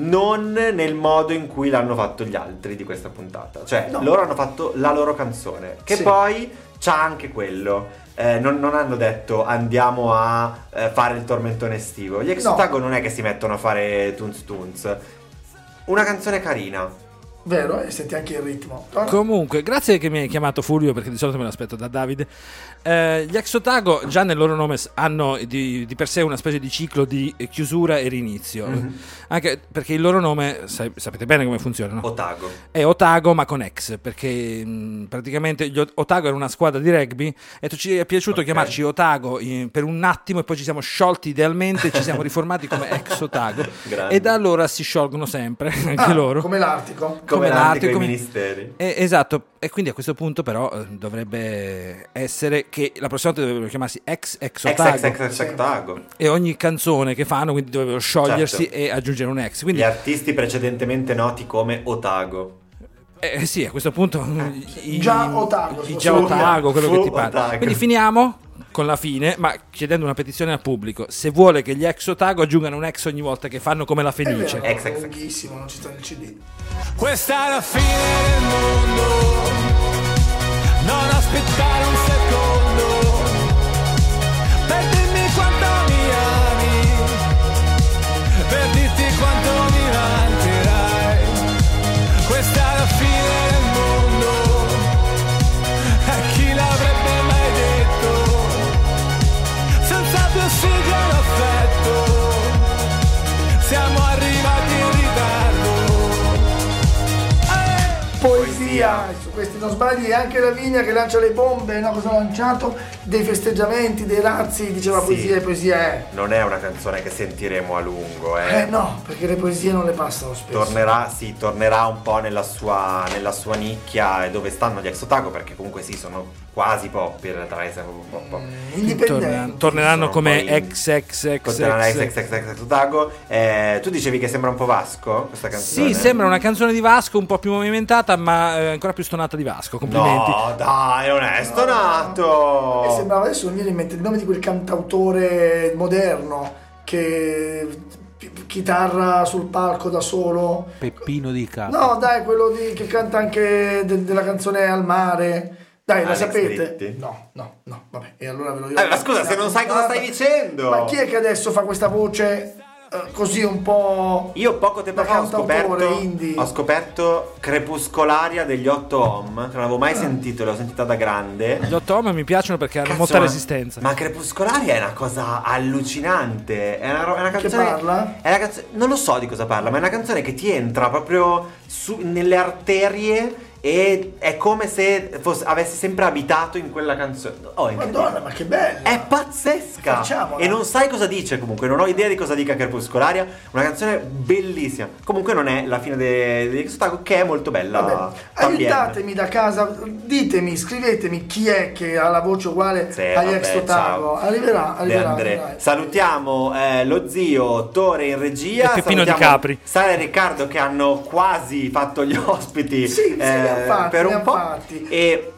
S4: non nel modo in cui l'hanno fatto gli altri di questa puntata, cioè
S5: No.
S4: loro hanno fatto la loro canzone, che
S5: Sì.
S4: poi c'ha anche quello. Eh, non, non hanno detto andiamo a eh, fare il tormentone estivo. Gli ex
S5: No.
S4: Otago non è che si mettono a fare Tunz Tunz. Una canzone carina.
S5: Vero? E senti anche il ritmo. Guarda,
S2: Comunque, grazie che mi hai chiamato Fulvio perché di solito me l'aspetto da Davide. Eh, gli Axotago già nel loro nome s- hanno di, di per sé una specie di ciclo di eh, chiusura e rinizio.
S4: Mm-hmm.
S2: Anche perché il loro nome, sai- sapete bene come funziona, no?
S4: Otago.
S2: È Otago ma con ex, perché mh, praticamente gli Ot- Otago era una squadra di rugby e tu- ci è piaciuto chiamarci Otago eh, per un attimo e poi ci siamo sciolti idealmente e ci siamo riformati come ex Otago.
S4: Grande.
S2: E da allora si sciolgono sempre, anche
S5: Ah,
S2: loro.
S5: Come l'Artico.
S2: come
S4: Come, l'Artico e
S2: l'Artico,
S4: i
S2: mi-
S4: ministeri.
S2: Eh, esatto, e quindi a questo punto però eh, dovrebbe essere che la prossima volta dovrebbero chiamarsi ex ex Otago
S4: Otago.
S2: e ogni canzone che fanno quindi dovrebbero sciogliersi
S4: Certo.
S2: e aggiungere un ex. Quindi
S4: Gli artisti precedentemente noti come Otago.
S2: eh, sì, a questo punto mm, i,
S5: Già Otago,
S2: i-
S5: se
S2: già
S5: posso
S2: Otago, quello che
S4: Fu
S2: ti
S4: Otago.
S2: pare. Quindi finiamo con la fine, ma chiedendo una petizione al pubblico, se vuole che gli ex Otago aggiungano un ex ogni volta che fanno come la
S5: È vero,
S2: Fenice.
S4: Ex, ex,
S5: è
S4: ex.
S5: lunghissimo, non ci sta nel CD.
S6: Questa è la fine del mondo, non aspettare un secondo, per dirmi quanto mi ami, per dirti quanto mi mancherai. Questa è la fine del mondo, a chi l'avrebbe mai detto, senza più ossigeno affetto, siamo arrivati in ritardo.
S5: Poesia, su questi non sbagli, e anche la vigna che lancia le bombe, no? Cosa ha lanciato? Dei festeggiamenti, dei razzi, diceva
S4: Sì.
S5: poesia e poesia è.
S4: Non è una canzone che sentiremo a lungo, eh.
S5: Eh no, perché le poesie non le passano spesso.
S4: Tornerà, sì, tornerà un po' nella sua, nella sua nicchia e dove stanno gli ex Otago, perché comunque sì, sono quasi pop in realtà, eh, siamo un po' pop.
S5: Mm,
S2: Torneranno,
S5: Indipendenti.
S2: torneranno
S4: Sono
S2: come
S4: poi-
S2: ex ex ex
S4: Continuerà ex
S2: ex.
S4: ex ex ex Otago. Eh, tu dicevi che sembra un po' Vasco questa canzone?
S2: Sì, sembra una canzone di Vasco un po' più movimentata, ma eh, ancora più stonata di Vasco. Complimenti.
S4: No, dai, non è stonato.
S5: Mi sembrava adesso non mi viene in mente il nome di quel cantautore moderno che pi- chitarra sul palco da solo.
S12: Peppino di Capri.
S5: No, dai, quello di- che canta anche de- della canzone al mare. Dai, la
S4: Alex
S5: sapete?
S4: Britti.
S5: No, no, no, vabbè, e allora ve lo dico.
S4: Eh, ma scusa, se non sai cosa stai dicendo.
S5: Ma chi è che adesso fa questa voce eh, così un po'...
S4: Io poco tempo
S5: Da
S4: fa ho
S5: cantautore
S4: scoperto,
S5: indie.
S4: ho scoperto Crepuscolaria degli 8 Hom, che non avevo
S5: Ah.
S4: mai sentito, l'ho sentita da grande.
S2: Gli otto uomini mi piacciono perché hanno
S4: Cazzo,
S2: molta
S4: ma-
S2: resistenza.
S4: Ma Crepuscolaria è una cosa allucinante. È una, ro- è una canzone.
S5: parla?
S4: È una canzone. Non lo so di cosa parla, ma è una canzone che ti entra proprio su- nelle arterie. E, E è come se fosse- avessi sempre abitato in quella canzone. Oh, è
S5: Madonna, ma che bello!
S4: È pazzesca!
S5: Facciamola.
S4: E non sai cosa dice comunque, non ho idea di cosa dica Crepuscolaria. Una canzone bellissima. Comunque non è la fine de- di Sotaco, che è molto bella. Fabienne.
S5: Aiutatemi da casa, ditemi, scrivetemi chi è che ha la voce uguale
S4: Sì,
S5: agli
S4: vabbè,
S5: ex Otago.
S4: ciao.
S5: Arriverà,
S4: De
S5: arriverà.
S4: André.
S5: arriverà.
S4: Salutiamo eh, lo zio Tore in regia.
S2: E Peppino
S4: salutiamo
S2: Di Capri.
S4: Sara e Riccardo che hanno quasi fatto gli ospiti eh,
S5: Sì, sì, li hanno fatti,
S4: per
S5: li
S4: un
S5: hanno
S4: po'.
S5: fatti.
S4: E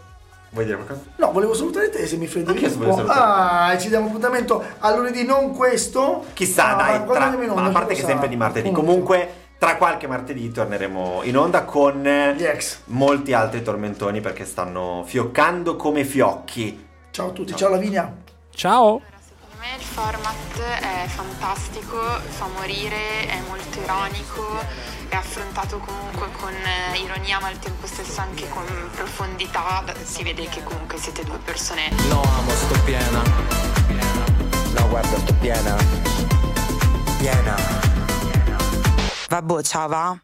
S4: vuoi dire qualcosa?
S5: No, volevo salutare te se mi
S4: Anche
S5: freddi
S4: io
S5: un
S4: volevo
S5: po'.
S4: salutare.
S5: Ah, ci diamo appuntamento a lunedì, non questo.
S4: Chissà,
S5: Ah,
S4: dai,
S5: quando
S4: tra-
S5: andiamo in
S4: ma
S5: onda,
S4: a parte
S5: chi
S4: che
S5: lo
S4: sempre
S5: sa.
S4: di martedì.
S5: Punto.
S4: Comunque, tra qualche martedì torneremo in onda con eh,
S5: Gli ex.
S4: molti altri tormentoni perché stanno fioccando come fiocchi.
S5: Ciao a tutti, ciao, Lavinia.
S2: Ciao.
S8: Secondo me il format è fantastico, fa morire, è molto ironico, è affrontato comunque con eh, ironia ma al tempo stesso anche con profondità, si vede che comunque siete due persone
S13: No, amo, sto piena.
S14: No, guarda, sto piena. Piena.
S15: Vabbè, ciao va.